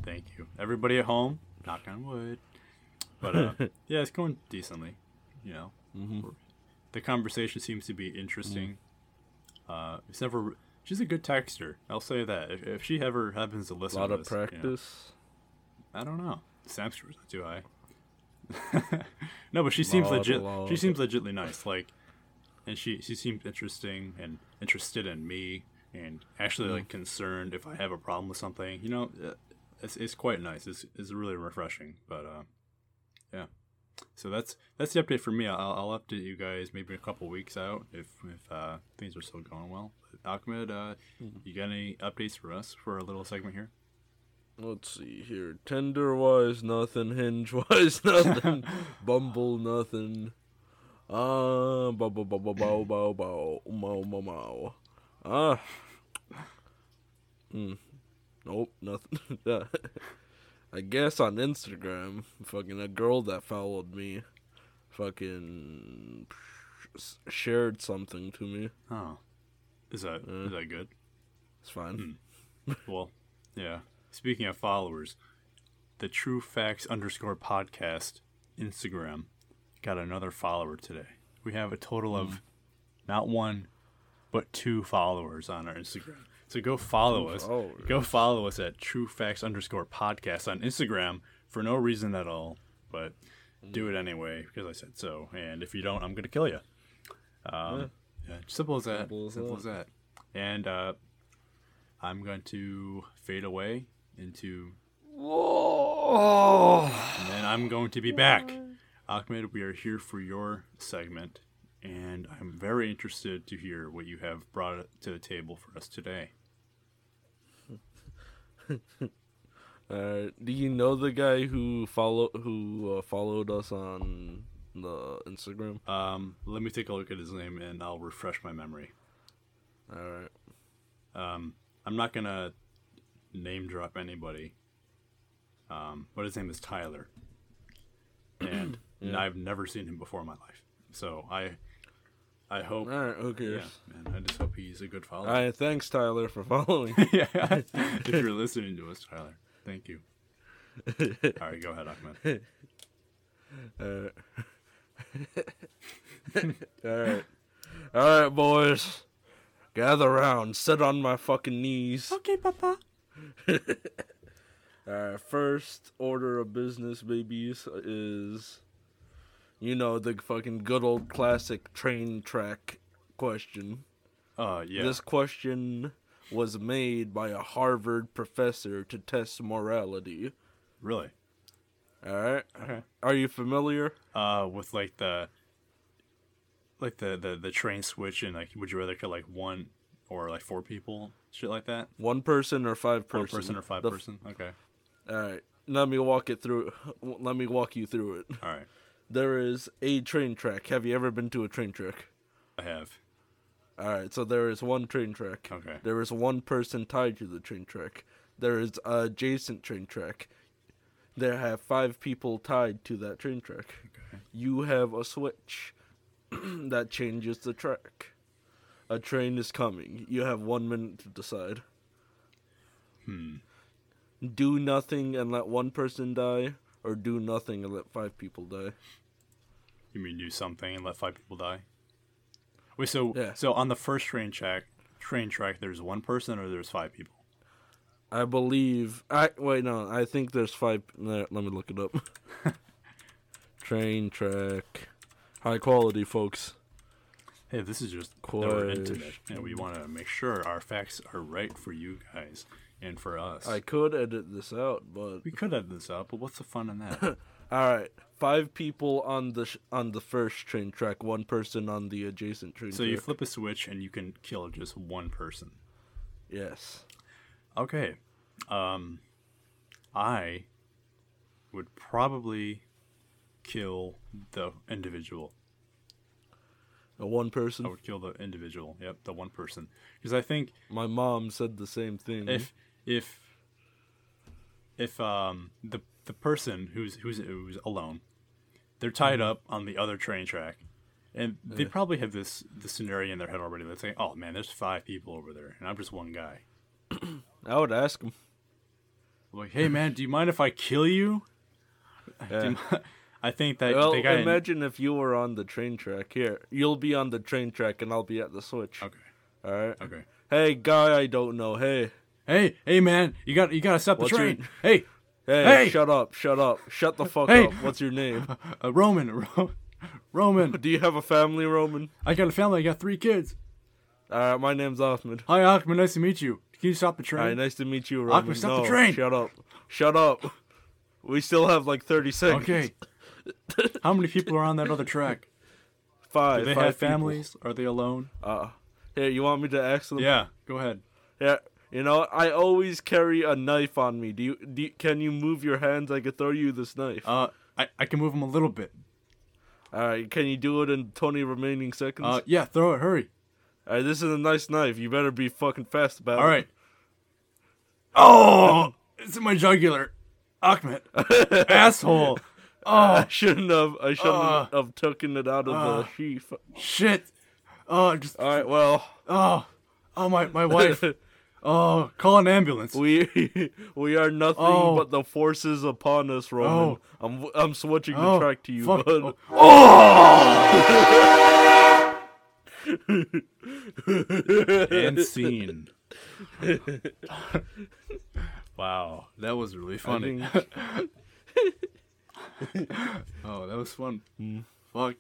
thank you, everybody at home. Knock on wood. But uh, yeah, it's going decently. You know,
Mm-hmm.
We're- the conversation seems to be interesting.
Mm-hmm.
Uh, it's never. She's a good texter. I'll say that. If, if she ever happens to
A
listen,
lot
to
of
this, you know,
practice.
I don't know. Sam's scores not too high. no, but she seems
Lord,
legit. She
Lord.
seems legitly nice. Like, and she she seemed interesting and interested in me and actually like concerned if I have a problem with something. You know, uh, it's it's quite nice. It's it's really refreshing. But uh, yeah. So that's that's the update for me. I'll, I'll update you guys maybe in a couple weeks out if if uh, things are still going well. But Ahmed, uh, you got any updates for us for a little segment here?
Let's see here. Tinder wise, nothing. Hinge wise, nothing. Bumble, nothing. Ah, bow, bow, bow, bow, bow, bow, bow, mow, mow, mow. Ah. Hmm. Nope, nothing. I guess on Instagram, fucking a girl that followed me fucking shared something to me.
Oh, is that is that good?
It's fine.
Well, yeah. Speaking of followers, the True Facts underscore podcast Instagram got another follower today. We have a total of not one, but two followers on our Instagram. So go follow us.
followers.
Go follow us at True Facts underscore podcast on Instagram for no reason at all, but do it anyway because I said so. And if you don't, I'm gonna kill you. Um, yeah, simple as that. Simple
Simple
as,
as
that. And uh, I'm going to fade away into, and then I'm going to be back. Ahmed, we are here for your segment, and I'm very interested to hear what you have brought to the table for us today.
Uh, do you know the guy who follow who uh, followed us on the Instagram?
Um, let me take a look at his name, and I'll refresh my memory.
All right.
Um, I'm not gonna name drop anybody. Um, but his name is Tyler, and I've never seen him before in my life. So I, I hope.
All right. Who
Yeah,
cares?
man. I just hope he's a good
All
follower.
right. Thanks, Tyler, for following.
yeah, if you're listening to us, Tyler, thank you. All right, go ahead, Ahmed.
All right. All right. All right, boys. Gather round. Sit on my fucking knees.
Okay, Papa.
Our first order of business, babies, is you know the fucking good old classic train track question.
Uh, yeah.
This question was made by a Harvard professor to test morality.
Really.
All right,
Okay.
are you familiar?
Uh, with like the, like the the the train switch and like, would you rather kill like one or like four people, shit like that?
One person or five person?
Four person or five
The f-
person? Okay.
All right, let me walk it through. Let me walk you through it.
All right.
There is a train track. Have you ever been to a train track?
I have.
All right, so there is one train track.
Okay.
There is one person tied to the train track. There is a adjacent train track. There have five people tied to that train track.
Okay.
You have a switch that changes the track. A train is coming. You have one minute to decide. Hmm. Do nothing and let one person die, or do nothing and let five people die.
You mean do something and let five people die? Wait, so
Yeah.
so on the first train track, train track, there's one person or there's five people.
I believe. I wait. No, I think there's five. no, let me look it up. Train track, high quality, folks.
Hey, this is just they're intimate, and we
Question.
want to make sure our facts are right for you guys and for us.
I could edit this out, but
we could have this up, but what's the fun in that?
all right. Five people on the sh- on the first train track. One person on the adjacent train.
so you
track.
flip a switch and you can kill just one person.
yes.
Okay. Um I would probably kill the individual
A one person.
I would kill the individual. Yep, the one person. Because I think
My mom said the same thing.
if if if um the the person who's who's who's alone, they're tied
Mm-hmm.
up on the other train track, and they probably have this the scenario in their head already. That's saying, "Oh man, there's five people over there, and I'm just one guy."
I would ask him.
I'm like, "Hey man, do you mind if I kill you?" Do you mi- I think that
Well,
they got in-
imagine if you were on the train track. Here, you'll be on the train track, and I'll be at the switch.
Okay,
All right.
okay.
Hey, guy, I don't know. Hey,
Hey, hey man, you got you gotta stop the
What's your-
train. Hey,
hey,
Hey!
shut up, shut up, shut the fuck
Hey!
up. What's your name?
uh, Roman, Ro- Roman,
Do you have a family, Roman?
I got a family. I got three kids.
All right, Uh, my name's Ahmed.
Hi, Ahmed. Nice to meet you. Can you stop the
All right,
train?
nice to meet you, Roman.
Ahmed, stop the
No,
train!
Shut up, shut up. We still have like thirty seconds.
okay. How many people are on that other track?
five.
Do they
five
have
people.
families? Are they alone?
Uh, here, you want me to ask them?
Yeah. Go ahead.
Yeah, you know, I always carry a knife on me. Do you, do you- can you move your hands? I could throw you this knife.
Uh, I, I can move them a little bit.
All right, can you do it in 20 remaining seconds?
Uh, yeah. Throw it. Hurry.
All right, this is a nice knife. You better be fucking fast about
All
it.
right.
uh,
Oh, it's in my jugular, Ahmed. Asshole.
I shouldn't have. I shouldn't
Uh,
have taken it out of
uh.
the sheath.
Shit. Oh, just
All right, well,
oh, oh my my wife. Oh, call an ambulance.
we we are nothing
Oh.
but the forces upon us, Roman. I'm I'm switching
Oh,
the track to you,
fuck.
bud.
Oh. and scene. wow, that was really funny.
I
Oh, that was fun. Fuck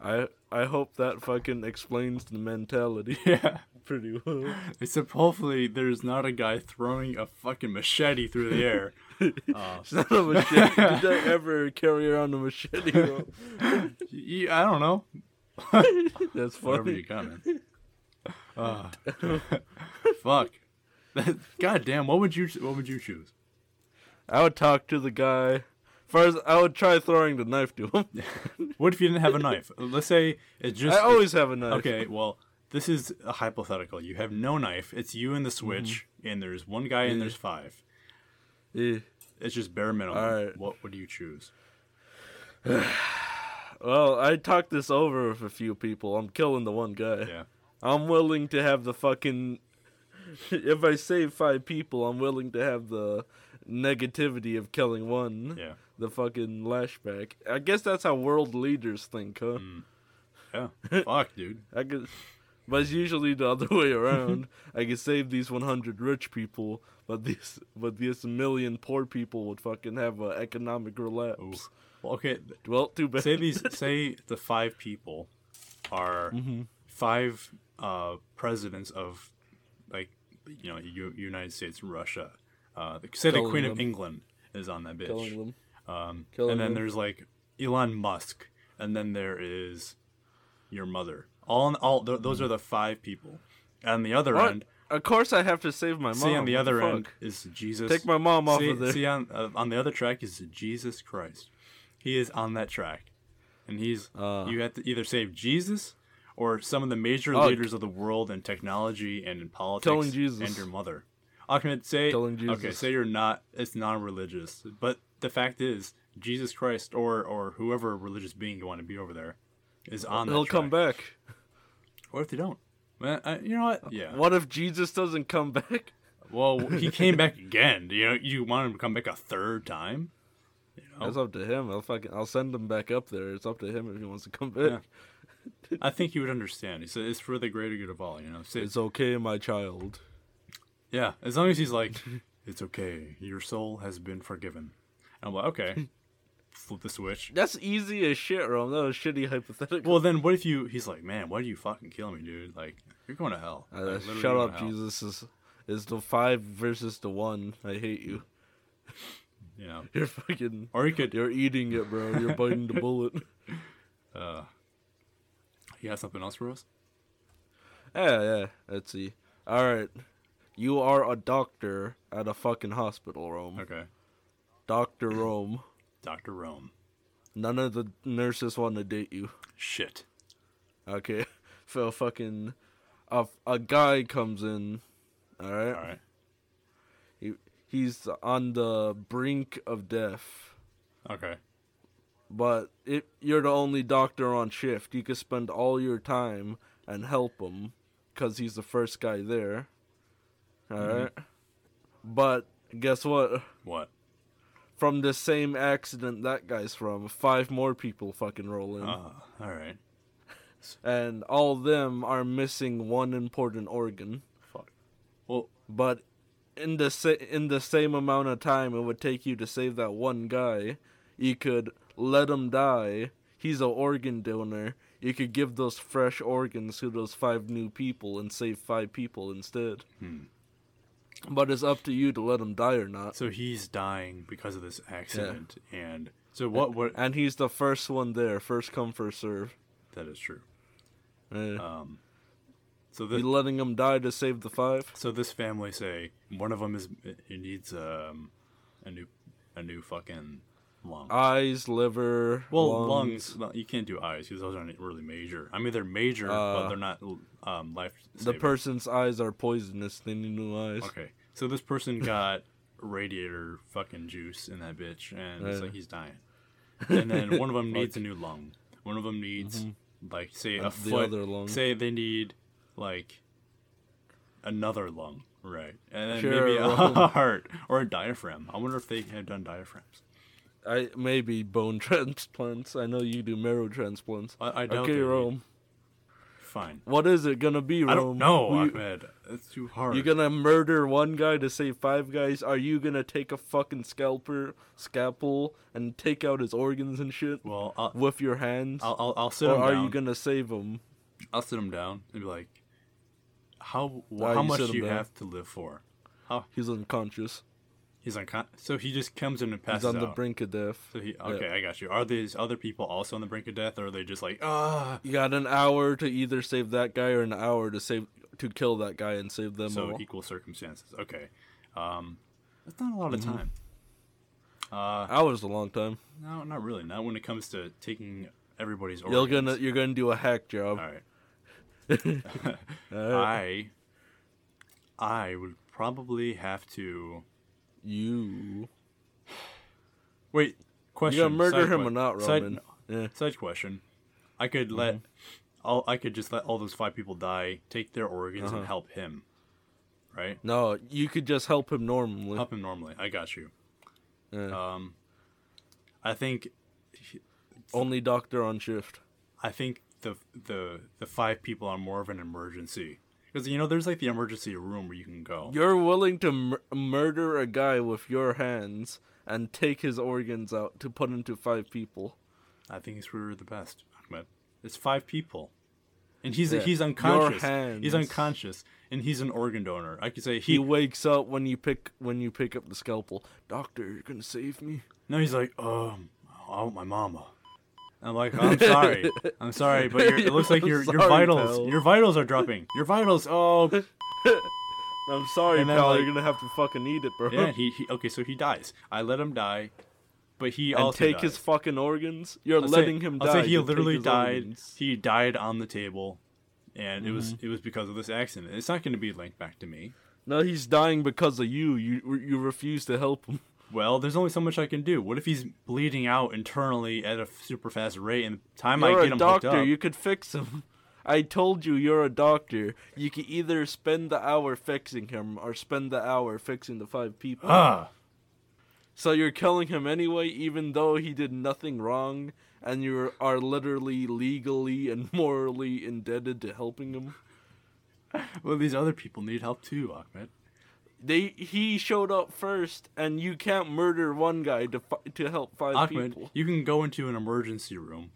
I I hope that fucking explains the mentality
yeah.
pretty well.
Except hopefully there's not a guy throwing a fucking machete through the air.
It's not a machete. Did they ever carry around a machete? Bro?
Y- y- I don't know.
That's
Whatever you
funny.
got, man. Uh, fuck. God damn, what would you what would you choose?
I would talk to the guy. First, I would try throwing the knife to him.
What if you didn't have a knife? Let's say it's just
I oh, always have a knife.
Okay, well, this is a hypothetical. You have no knife. It's you and the switch,
Mm-hmm.
and there's one guy and there's five.
Eh.
It's just bare minimum.
Alright.
What would you choose?
Well, I talked this over with a few people. I'm killing the one guy.
Yeah.
I'm willing to have the fucking. if I save five people, I'm willing to have the negativity of killing one.
Yeah.
The fucking lashback. I guess that's how world leaders think, huh?
Hmm. Yeah. Fuck, dude.
I could, but it's usually the other way around. I could save these 100 rich people, but these but this million poor people would fucking have an economic relapse.
Ooh. Well, okay. th-
Well, too bad.
Say these. say the five people are
Mm-hmm.
five uh, presidents of, like, you know, U- United States and Russia. Uh, say the
Killing
Queen of
them.
England is on that bitch.
killing them.
Um,
Killing
and then
them.
there's like Elon Musk, and then there is your mother. All in all, th- those are the five people. On the other
What?
end,
Of course, I have to save my mom.
see on the
what
other
fuck?
end is Jesus.
Take my mom off
see,
of there.
See on uh, on the other track is Jesus Christ. He is on that track, and he's
Ah.
you have to either save Jesus or some of the major
Oh,
leaders of the world in technology and in politics
Killing Jesus.
and your mother. Ahmed, say
Killing
okay,
Jesus.
say you're not. It's non-religious, but the fact is, Jesus Christ or or whoever religious being you want to be over there is on. that
He'll come
track.
back.
What if they don't? Man, I, you know what? Yeah.
What if Jesus doesn't come back?
Well, he came back again. You know, you want him to come back a third time?
That's up to him. I'll fucking I'll send him back up there. It's up to him if he wants to come back.
Yeah. I think he would understand. He said it's for the greater good of all. You know, So-
It's okay, my child.
yeah. As long as he's like, it's okay. Your soul has been forgiven. And I'm like, okay. Flip the switch.
That's easy as shit, Rome. That was shitty hypothetical.
Well, then what if you? He's like, man, why do you fucking kill me, dude? Like, you're going to hell.
Uh,
Like, literally
shut
going
up,
to hell.
Jesus is is the five versus the one. I hate you.
You know,
You're fucking
or you could.
you're eating it, bro. You're biting the bullet.
You got something else for us?
Yeah, yeah. Let's see. Alright. You are a doctor at a fucking hospital, Rome.
Okay,
Doctor Rome.
Doctor Rome.
None of the nurses want to date you.
Shit.
Okay. for a fucking a, a guy comes in, all right?
All right.
He he's on the brink of death,
Okay.
but if you're the only doctor on shift, you could spend all your time and help him cuz he's the first guy there. all right?
Mm-hmm.
But guess what?
What?
From the same accident that guy's from, five more people fucking roll in.
Uh, all right.
and all of them are missing one important organ.
Fuck. Well,
But in the sa- in the same amount of time it would take you to save that one guy, you could let him die. He's an organ donor. You could give those fresh organs to those five new people and save five people instead.
Hmm.
But it's up to you to let him die or not.
so he's dying because of this accident, and so what? What?
And he's the first one there, first come, first serve.
That is true.
Yeah.
Um, so
you
this,
letting him die to save the five?
so this family say one of them is he needs um a new a new fucking lung.
Eyes, liver,
Well,
Uh, lungs.
lungs. no, you can't do eyes because those aren't really major. I mean, they're major, but
Uh,
they're not um, life.
The person's eyes are poisonous. They need new eyes.
Okay, so this person got radiator fucking juice in that bitch, and it's
Yeah.
like he's dying. And then one of them needs a new lung. One of them needs like say a
Uh, the
foot.
other lung.
Say they need like another lung, right? And then
Sure,
maybe a
lung.
heart or a diaphragm. I wonder if they have done diaphragms.
I maybe bone transplants. I know you do marrow transplants.
I, I doubt
okay,
they would.
Rome.
Fine.
What is it gonna be, Rome?
I don't know,
Who You,
Ahmed. That's too hard.
you gonna murder one guy to save five guys? Are you gonna take a fucking scalper, scalpel, and take out his organs and shit
Well, I'll,
with your hands?
I'll, I'll, I'll sit
or
him
are
down.
you gonna save him?
I'll sit him down and be like, "How wh-
Nah,
how
you
much
sit
do
him
you
down.
have to live for?" How
He's unconscious.
he's uncon. So he just comes in and passes
He's on
out.
the brink of death.
So he okay, I got you. Are these other people also on the brink of death, or are they just like ah?
You got an hour to either save that guy or an hour to save to kill that guy and save them
So
all.
equal circumstances. Okay, um, that's not a lot of
Mm-hmm.
time. Uh,
Hours a long time.
no, not really. Not when it comes to taking everybody's organs.
You're gonna you're gonna do a hack job.
All right. I I would probably have to
You
wait. Question.
you gonna murder
side
him or
que-
not,
side-
Roman? Yeah.
Side question. I
Mm-hmm.
could let all I could just let all those five people die, take their organs
Uh-huh.
and help him. Right?
No, you could just help him normally.
Help him normally. I got you.
Yeah.
Um I think
Only doctor on shift.
I think the the the five people are more of an emergency. Cuz you know there's like the emergency room where you can go.
You're willing to mur- murder a guy with your hands and take his organs out to put into five people.
I think it's we're the best. Ahmed. It's five people. And he's
Yeah.
he's
Your
unconscious.
hands.
He's unconscious and he's an organ donor. I could say
He
he
wakes up when you pick when you pick up the scalpel. Doctor, you're gonna save me.
No, he's like, um, I want my mama. I'm like, "Oh, I'm sorry, I'm sorry, but you're, it looks like your your
Sorry,
vitals,
pal.
your vitals are dropping. Your vitals, oh,
I'm sorry,
And then,
pal.
like-
you're gonna have to fucking eat it, bro.
yeah. He, he okay, so he dies. I let him die, but he
and
also
take
dies.
his fucking organs. You're
I'll say-
letting him die.
I'll say he
to take
literally
his
died.
organs. Mm-hmm.
He died on the table, and it was it was because of this accident. It's not going to be linked back to me.
No, he's dying because of you. You you refuse to help him.
Well, there's only so much I can do. What if he's bleeding out internally at a super fast rate, and the time I
You're
get
a
him hooked
doctor.
up?
You could fix him. I told you you're a doctor. You could either spend the hour fixing him or spend the hour fixing the five people.
Ah,
So you're killing him anyway, even though he did nothing wrong, and you are literally legally and morally indebted to helping him.
well, these other people need help too, Ahmed.
They he showed up first, and you can't murder one guy to fi- to help five
Ahmed,
people.
you can go into an emergency room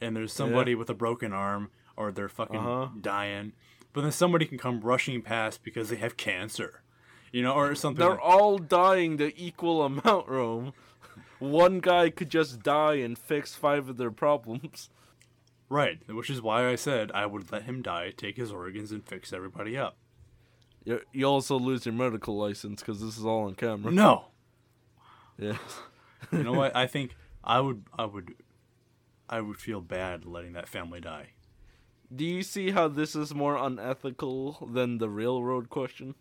and there's somebody with a broken arm or they're fucking
Uh-huh.
dying, but then somebody can come rushing past because they have cancer, you know, or something.
They're
Like,
all dying the equal amount, Rome. One guy could just die and fix five of their problems.
right, which is why I said I would let him die, take his organs, and fix everybody up.
You you also lose your medical license because this is all on camera.
No,
Yes.
you know what? I think I would, I would, I would feel bad letting that family die.
Do you see how this is more unethical than the railroad question?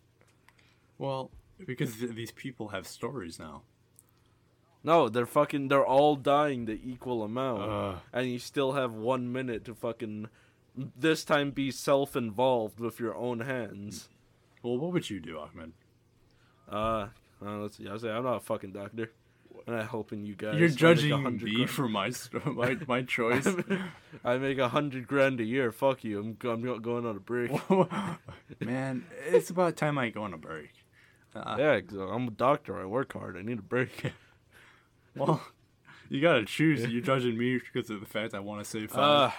Well, because th- these people have stories now.
No, they're fucking. They're all dying the equal amount,
Ugh.
and you still have one minute to fucking. This time, be self-involved with your own hands.
Well, what would you do, Ahmed?
Uh, uh let's see. I say I'm not a fucking doctor. I'm not helping you guys. I
You're
make a
judging
hundred
me
grand-
for my st- my my choice.
I make a hundred grand a year. Fuck you. I'm go- I'm not going on a break.
Man, it's about time I go on a break.
Yeah, 'cause I'm a doctor. I work hard. I need a break.
Well, you gotta choose. You're judging me because of the fact I want to save
Uh,
five.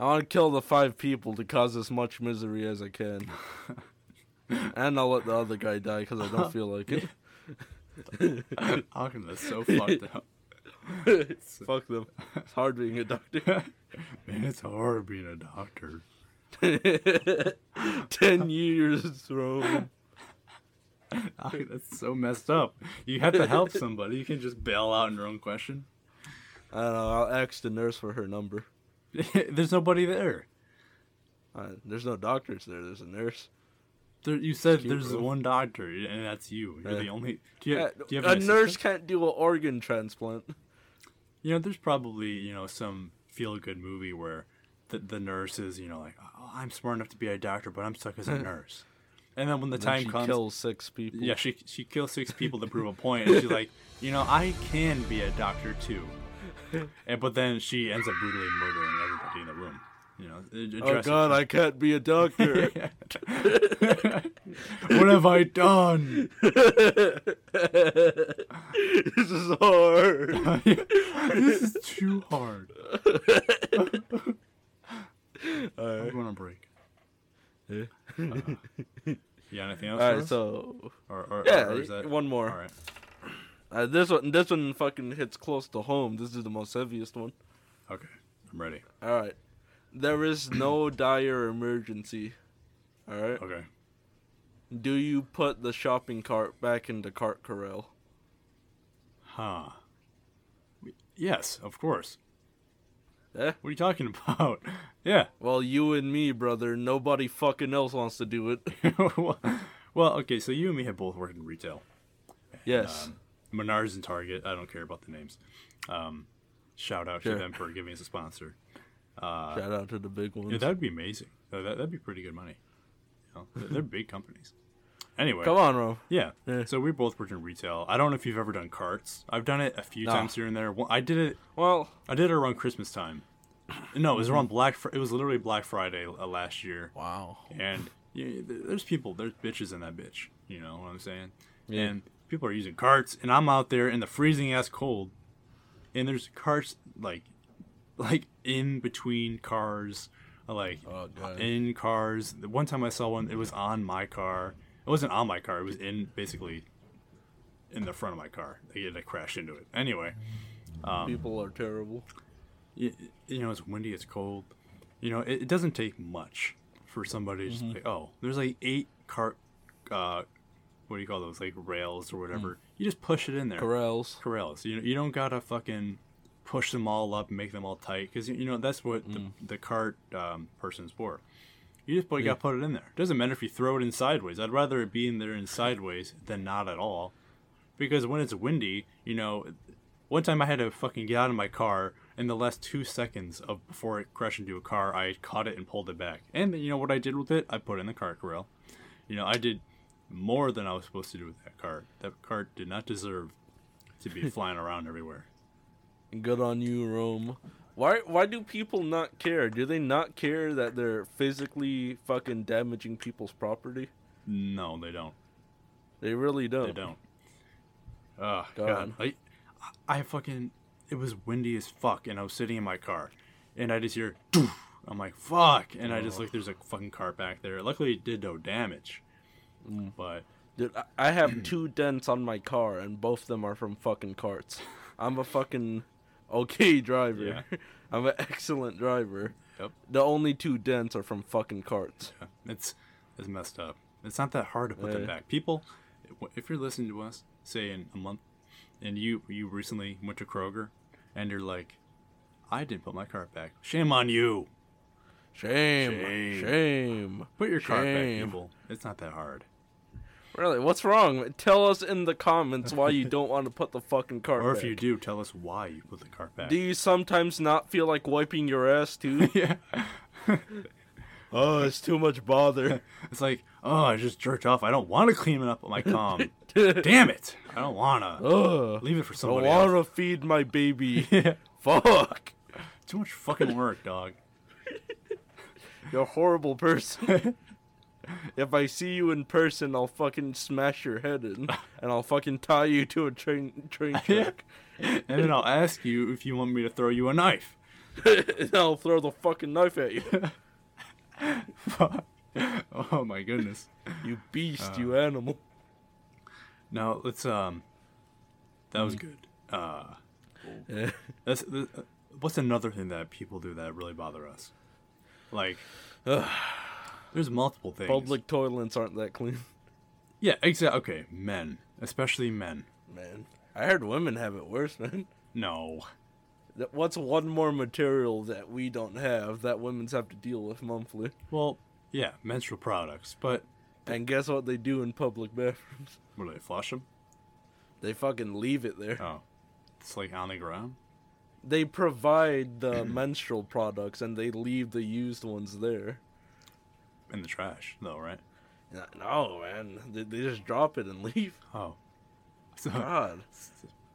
I want to kill the five people to cause as much misery as I can. and I'll let the other guy die because I don't feel like it.
Uh. Ahmed, that's so fucked up.
Fuck them. It's hard being a doctor.
Man, it's hard being a doctor.
Ten years, bro.
Ahmed, that's so messed up. You have to help somebody. You can just bail out in your own question.
I don't know. I'll ask the nurse for her number.
There's nobody there.
Uh, there's no doctors there. There's a nurse.
There, you said
Excuse
there's
me.
one doctor, and that's you. You're
Yeah.
the only. Do you,
Uh,
have- do you have
a
an
nurse
assistant?
can't do an organ transplant.
You know, there's probably you know some feel good movie where the the nurse is you know like oh, I'm smart enough to be a doctor, but I'm stuck as a nurse. And then when the
Then
time
she
comes,
kills six people.
yeah, she she kills six people to prove a point, and she's like, you know, I can be a doctor too. And but then she ends up brutally murdering everybody in the room. You know, it-
Oh
addresses-
God, I can't be a doctor.
what have I done?
this is hard.
this is too hard. I'm going on break.
Yeah.
Yeah, anything else?
All
for
right,
us?
so
or, or,
yeah,
or is that...
one more.
All right.
Uh, this one, this one fucking hits close to home. This is the most heaviest one.
Okay, I'm ready.
All right, there is no dire emergency. All right,
Okay.
do you put the shopping cart back in the cart corral?
Huh. Yes, of course. Eh,
Yeah.
What are you talking about? Yeah.
Well, you and me, brother. Nobody fucking else wants to do it.
well, okay, so you and me have both worked in retail.
Yes.
Menards and Target. I don't care about the names. Um, shout out
Sure.
to them for giving us a sponsor.
Shout out to the big ones.
Yeah, that would be amazing. Uh, That, that'd be pretty good money. You know, they're- they're big companies. Anyway,
Come on, Ro.
yeah.
Yeah.
So we both worked in retail. I don't know if you've ever done carts. I've done it a few
Nah.
times here and there. Well, I did it.
Well,
I did it around Christmas time. No, it was
Mm-hmm.
around Black. Fri- it was literally Black Friday uh, last year.
wow.
And you, th- there's people, there's bitches in that bitch. You know what I'm saying?
Yeah.
And people are using carts, and I'm out there in the freezing ass cold, and there's carts like, like in between cars, like
Oh, God.
in cars. The one time I saw one, it was on my car. It wasn't on my car. It was in basically, in the front of my car. They had to crash into it. Anyway,
People are terrible.
you, you know, it's windy, it's cold. You know, it, it doesn't take much for somebody to just like, oh, there's like eight cart, uh, what do you call those, like rails or whatever. You just push it in there.
Corrals.
Corrals. You you don't gotta fucking push them all up and make them all tight because you know that's what the, the cart um, person's for. You just put, gotta put it in there. Doesn't matter if you throw it in sideways. I'd rather it be in there in sideways than not at all, because when it's windy, you know. One time I had to fucking get out of my car. In the last two seconds of before it crashed into a car, I caught it and pulled it back. And you know what I did with it? I put it in the cart corral. You know, I did more than I was supposed to do with that cart. That cart did not deserve to be flying around everywhere.
Good on you, Rome. Why why do people not care? Do they not care that they're physically fucking damaging people's property?
No, they don't.
They really don't.
They don't. Oh
God.
god. I, I fucking it was windy as fuck and I was sitting in my car and I just hear "Doof." I'm like fuck and I just like there's a fucking car back there. Luckily it did no damage. But
Dude, I- I have two dents on my car and both of them are from fucking carts. I'm a fucking okay driver.
Yeah.
I'm an excellent driver.
yep.
The only two dents are from fucking carts.
Yeah, It's it's messed up. It's not that hard to put
Yeah.
them back. People, if you're listening to us, say in a month, and you you recently went to Kroger, and you're like, I didn't put my cart back. Shame on you.
Shame. Shame.
Shame. Put your cart back, people. It's not that hard.
Really? What's wrong? Tell us in the comments why you don't want to put the fucking cart
Or
back.
if you do, tell us why you put the cart back.
Do you sometimes not feel like wiping your ass too?
yeah.
oh, it's too much bother.
It's like, oh, I just jerked off. I don't want to clean it up on my cum. Damn it. I don't want to.
Ugh.
Leave it for
I
somebody else.
Oh. wanna feed my baby.
Yeah.
Fuck.
Too much fucking work, dog.
You're a horrible person. if I see you in person, I'll fucking smash your head in, and I'll fucking tie you to a train train track.
And then I'll ask you if you want me to throw you a knife.
and I'll throw the fucking knife at you.
oh my goodness.
You beast, you animal.
No, let's um that
Mm.
was good. Uh that's th- what's another thing that people do that really bother us? Like there's multiple things.
Public toilets aren't that clean,
Yeah, exactly. Okay, men, especially men.
man. I heard women have it worse, man.
No.
That- What's one more material that we don't have that women's have to deal with monthly?
Well, yeah, menstrual products, but
And guess what they do in public bathrooms?
what do they flush them?
They fucking leave it there.
Oh, it's like on the ground.
They provide the menstrual products and they leave the used ones there.
in the trash, though, right?
N- No, man. They, they just drop it and leave.
Oh, so
God.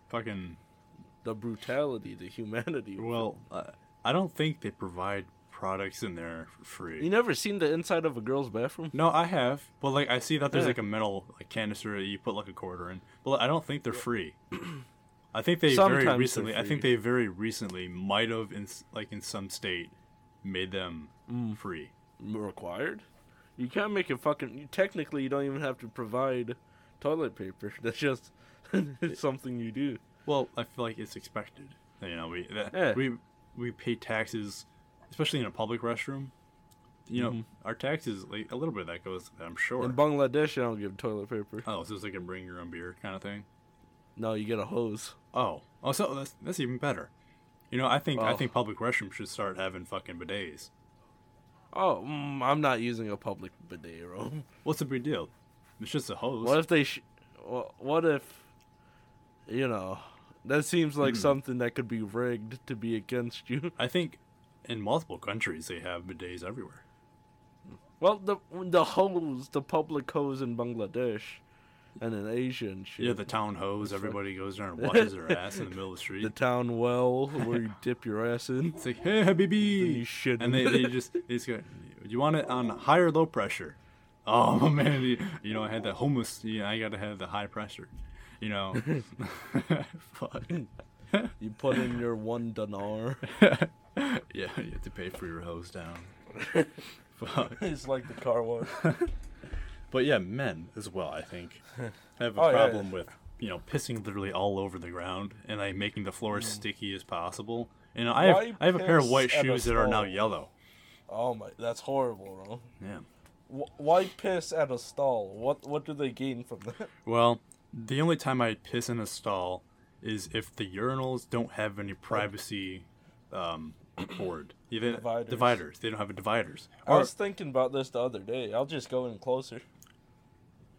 fucking
The brutality, the humanity.
well. Uh, I don't think they provide products in there for
You
free.
never seen the inside of a girl's bathroom?
No, I have, but like I see that there's
Yeah.
like a metal like canister that you put like a quarter in, but like, I don't think they're free. I think they very
Sometimes
recently.
they're
I think they
free.
very recently might have in s- like in some state made them
Mm.
free.
Required? You can't make a fucking. You, technically, you don't even have to provide toilet paper. That's just it's something you do.
Well, I feel like it's expected. You know, we that,
Yeah.
we we pay taxes, especially in a public restroom. You know,
Mm-hmm.
our taxes like a little bit of that goes. to that, I'm sure.
In Bangladesh, I don't give toilet paper.
oh, so it's like a bring your own beer kind of thing.
No, you get a hose.
Oh, oh, so that's that's even better. You know, I think I
Oh.
think public restrooms should start having fucking bidets.
Oh, mm, I'm not using a public bidet room.
What's the big deal? It's just a hose.
What if they? Sh- wha- what if? You know, that seems like something that could be rigged to be against you.
I think in multiple countries they have bidets everywhere.
Well, the the hose, the public hose in Bangladesh, and in Asia and shit.
Yeah, the town hose. Everybody goes there and washes their ass in the middle of the street.
the town well where you dip your ass in.
It's like, hey, Habibi.
you shouldn't.
And they, they just, they just go, do you want it on high or low pressure? Oh, man. You, you know, I had that homeless, you know, I got to have the high pressure. You know, fuck.
You put in your one dinar.
Yeah, you have to pay for your hose down. fuck.
it's like the car wash.
But yeah, men as well, I think, have a
Oh, yeah,
problem
yeah.
with, you know, pissing literally all over the ground and like making the floor as sticky as possible. You know, I have,
Mm. Why
I have a pair of
piss
white
at a
shoes that are now
stall?
yellow.
Oh my, that's horrible, bro.
Yeah.
Wh- Why piss at a stall? What what do they gain from that?
Well, the only time I piss in a stall is if the urinals don't have any privacy um, board. Even dividers.
Dividers. Oh,
They don't have a dividers.
I
Or,
was thinking about this the other day. I'll just go in closer.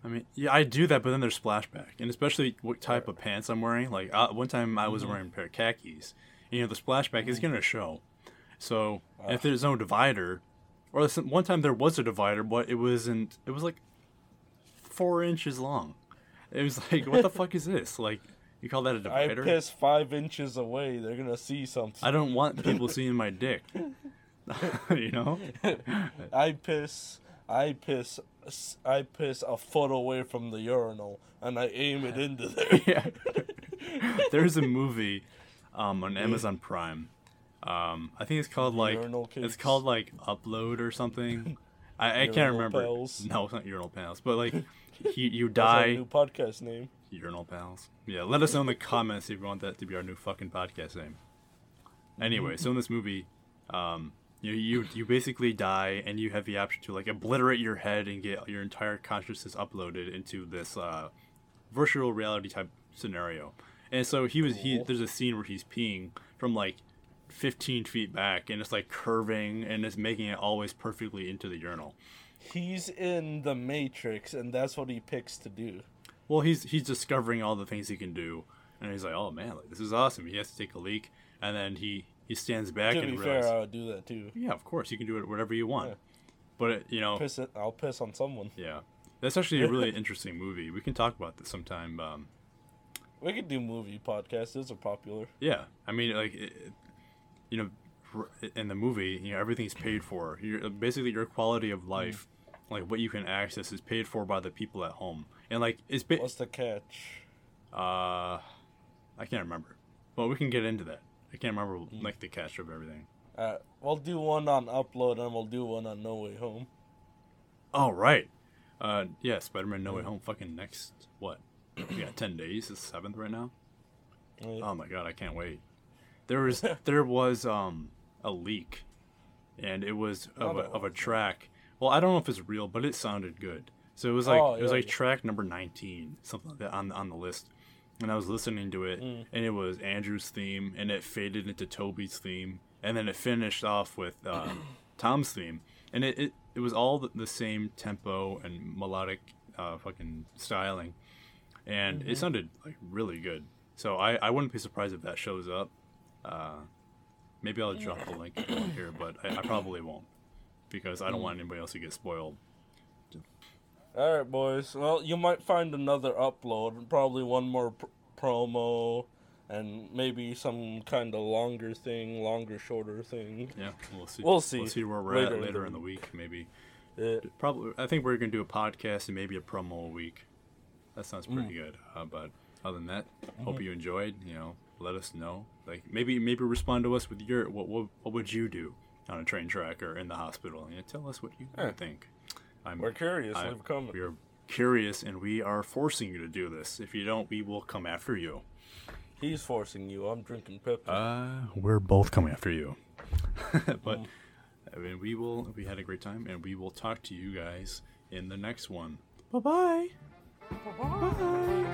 I mean, yeah, I do that, but then there's splashback, and especially what type of pants I'm wearing. Like uh, one time I was wearing a pair of khakis. You know, the splashback is gonna show. So if there's no divider, or listen, one time there was a divider, but it wasn't. It was like four inches long. It was like, what the fuck is this? Like, you call that a
I
divider?
piss five inches away. They're gonna see something.
I don't want people seeing my dick. you know?
I piss. I piss. s- I piss a foot away from the urinal, and I aim it into there.
Yeah. There's a movie um, on Amazon Prime. Um, I think it's called like
Urinal
it's
Kings.
called like Upload or something. I, I can't
Urinal
remember.
Pals.
No, it's not urinal pals, but like you, you
That's our
die
new podcast name.
urinal pals. Yeah, let us know in the comments if you want that to be our new fucking podcast name. Anyway, so in this movie, um, you you you basically die, and you have the option to like obliterate your head and get your entire consciousness uploaded into this uh, virtual reality type scenario. And so he was he
Cool.
there's a scene where he's peeing from like 15 feet back and it's like curving and it's making it always perfectly into the urinal.
He's in the Matrix, and that's what he picks to do.
Well, he's he's discovering all the things he can do, and he's like, "Oh man, like, this is awesome." He has to take a leak, and then he he stands back
To
and
be
realizes,
fair, I would do that too.
"Yeah, of course you can do it whatever you want."
Yeah.
But it, you know,
Piss it, I'll piss on someone.
yeah, that's actually a really interesting movie. We can talk about this sometime. Um,
We could do movie podcasts. Those are popular.
yeah, I mean, like, it, it- you know, r- in the movie, you know, everything's paid for. Your basically your quality
Mm.
of life, like what you can access, is paid for by the people at home, and like it's ba-
What's the catch?
Uh, I can't remember. Well, we can get into that. I can't remember like the catch of everything.
Uh, we'll do one on Upload, and we'll do one on No Way Home.
Oh right. Uh, yeah, Spider-Man: No Way Home. Fucking next what? We got ten days. It's seventh right now.
Right?
Oh my god, I can't wait. There was there was um a leak, and it was of a, of a track. Well, I don't know if it's real, but it sounded good. So it was like
Oh,
it was
yeah,
like
yeah.
track number nineteen, something like that on on the list. And I was listening to it,
Mm.
and it was Andrew's theme, and it faded into Toby's theme, and then it finished off with um, Tom's theme, and it, it it was all the- the same tempo and melodic uh, fucking styling and
Mm-hmm.
it sounded like really good. So I, I wouldn't be surprised if that shows up. Uh, maybe I'll drop the link down here, but I, I probably won't because I don't
Mm.
want anybody else to get spoiled.
All right, boys. Well, you might find another upload, and probably one more pr- promo, and maybe some kind of longer thing, longer, shorter thing.
Yeah, we'll see.
We'll see.
We'll see where we're
Later
at
in
later
the
in the week, maybe.
Uh,
Probably. I think we're gonna do a podcast and maybe a promo a week. That
Mm.
sounds pretty good. Uh, but other than that,
Mm-hmm.
hope you enjoyed. You know, let us know. Like maybe maybe respond to us with your what what, what would you do on a train track or in the hospital? You know, tell us what you would think. I'm,
we're curious.
I-
Leave a comment.
We are curious and we are forcing you to do this. If you don't, we will come after you.
He's forcing you. I'm drinking Pepsi.
Uh, we're both coming after you. but I mean, we will. We had a great time, and we will talk to you guys in the next one. Bye-bye. Bye bye. Bye.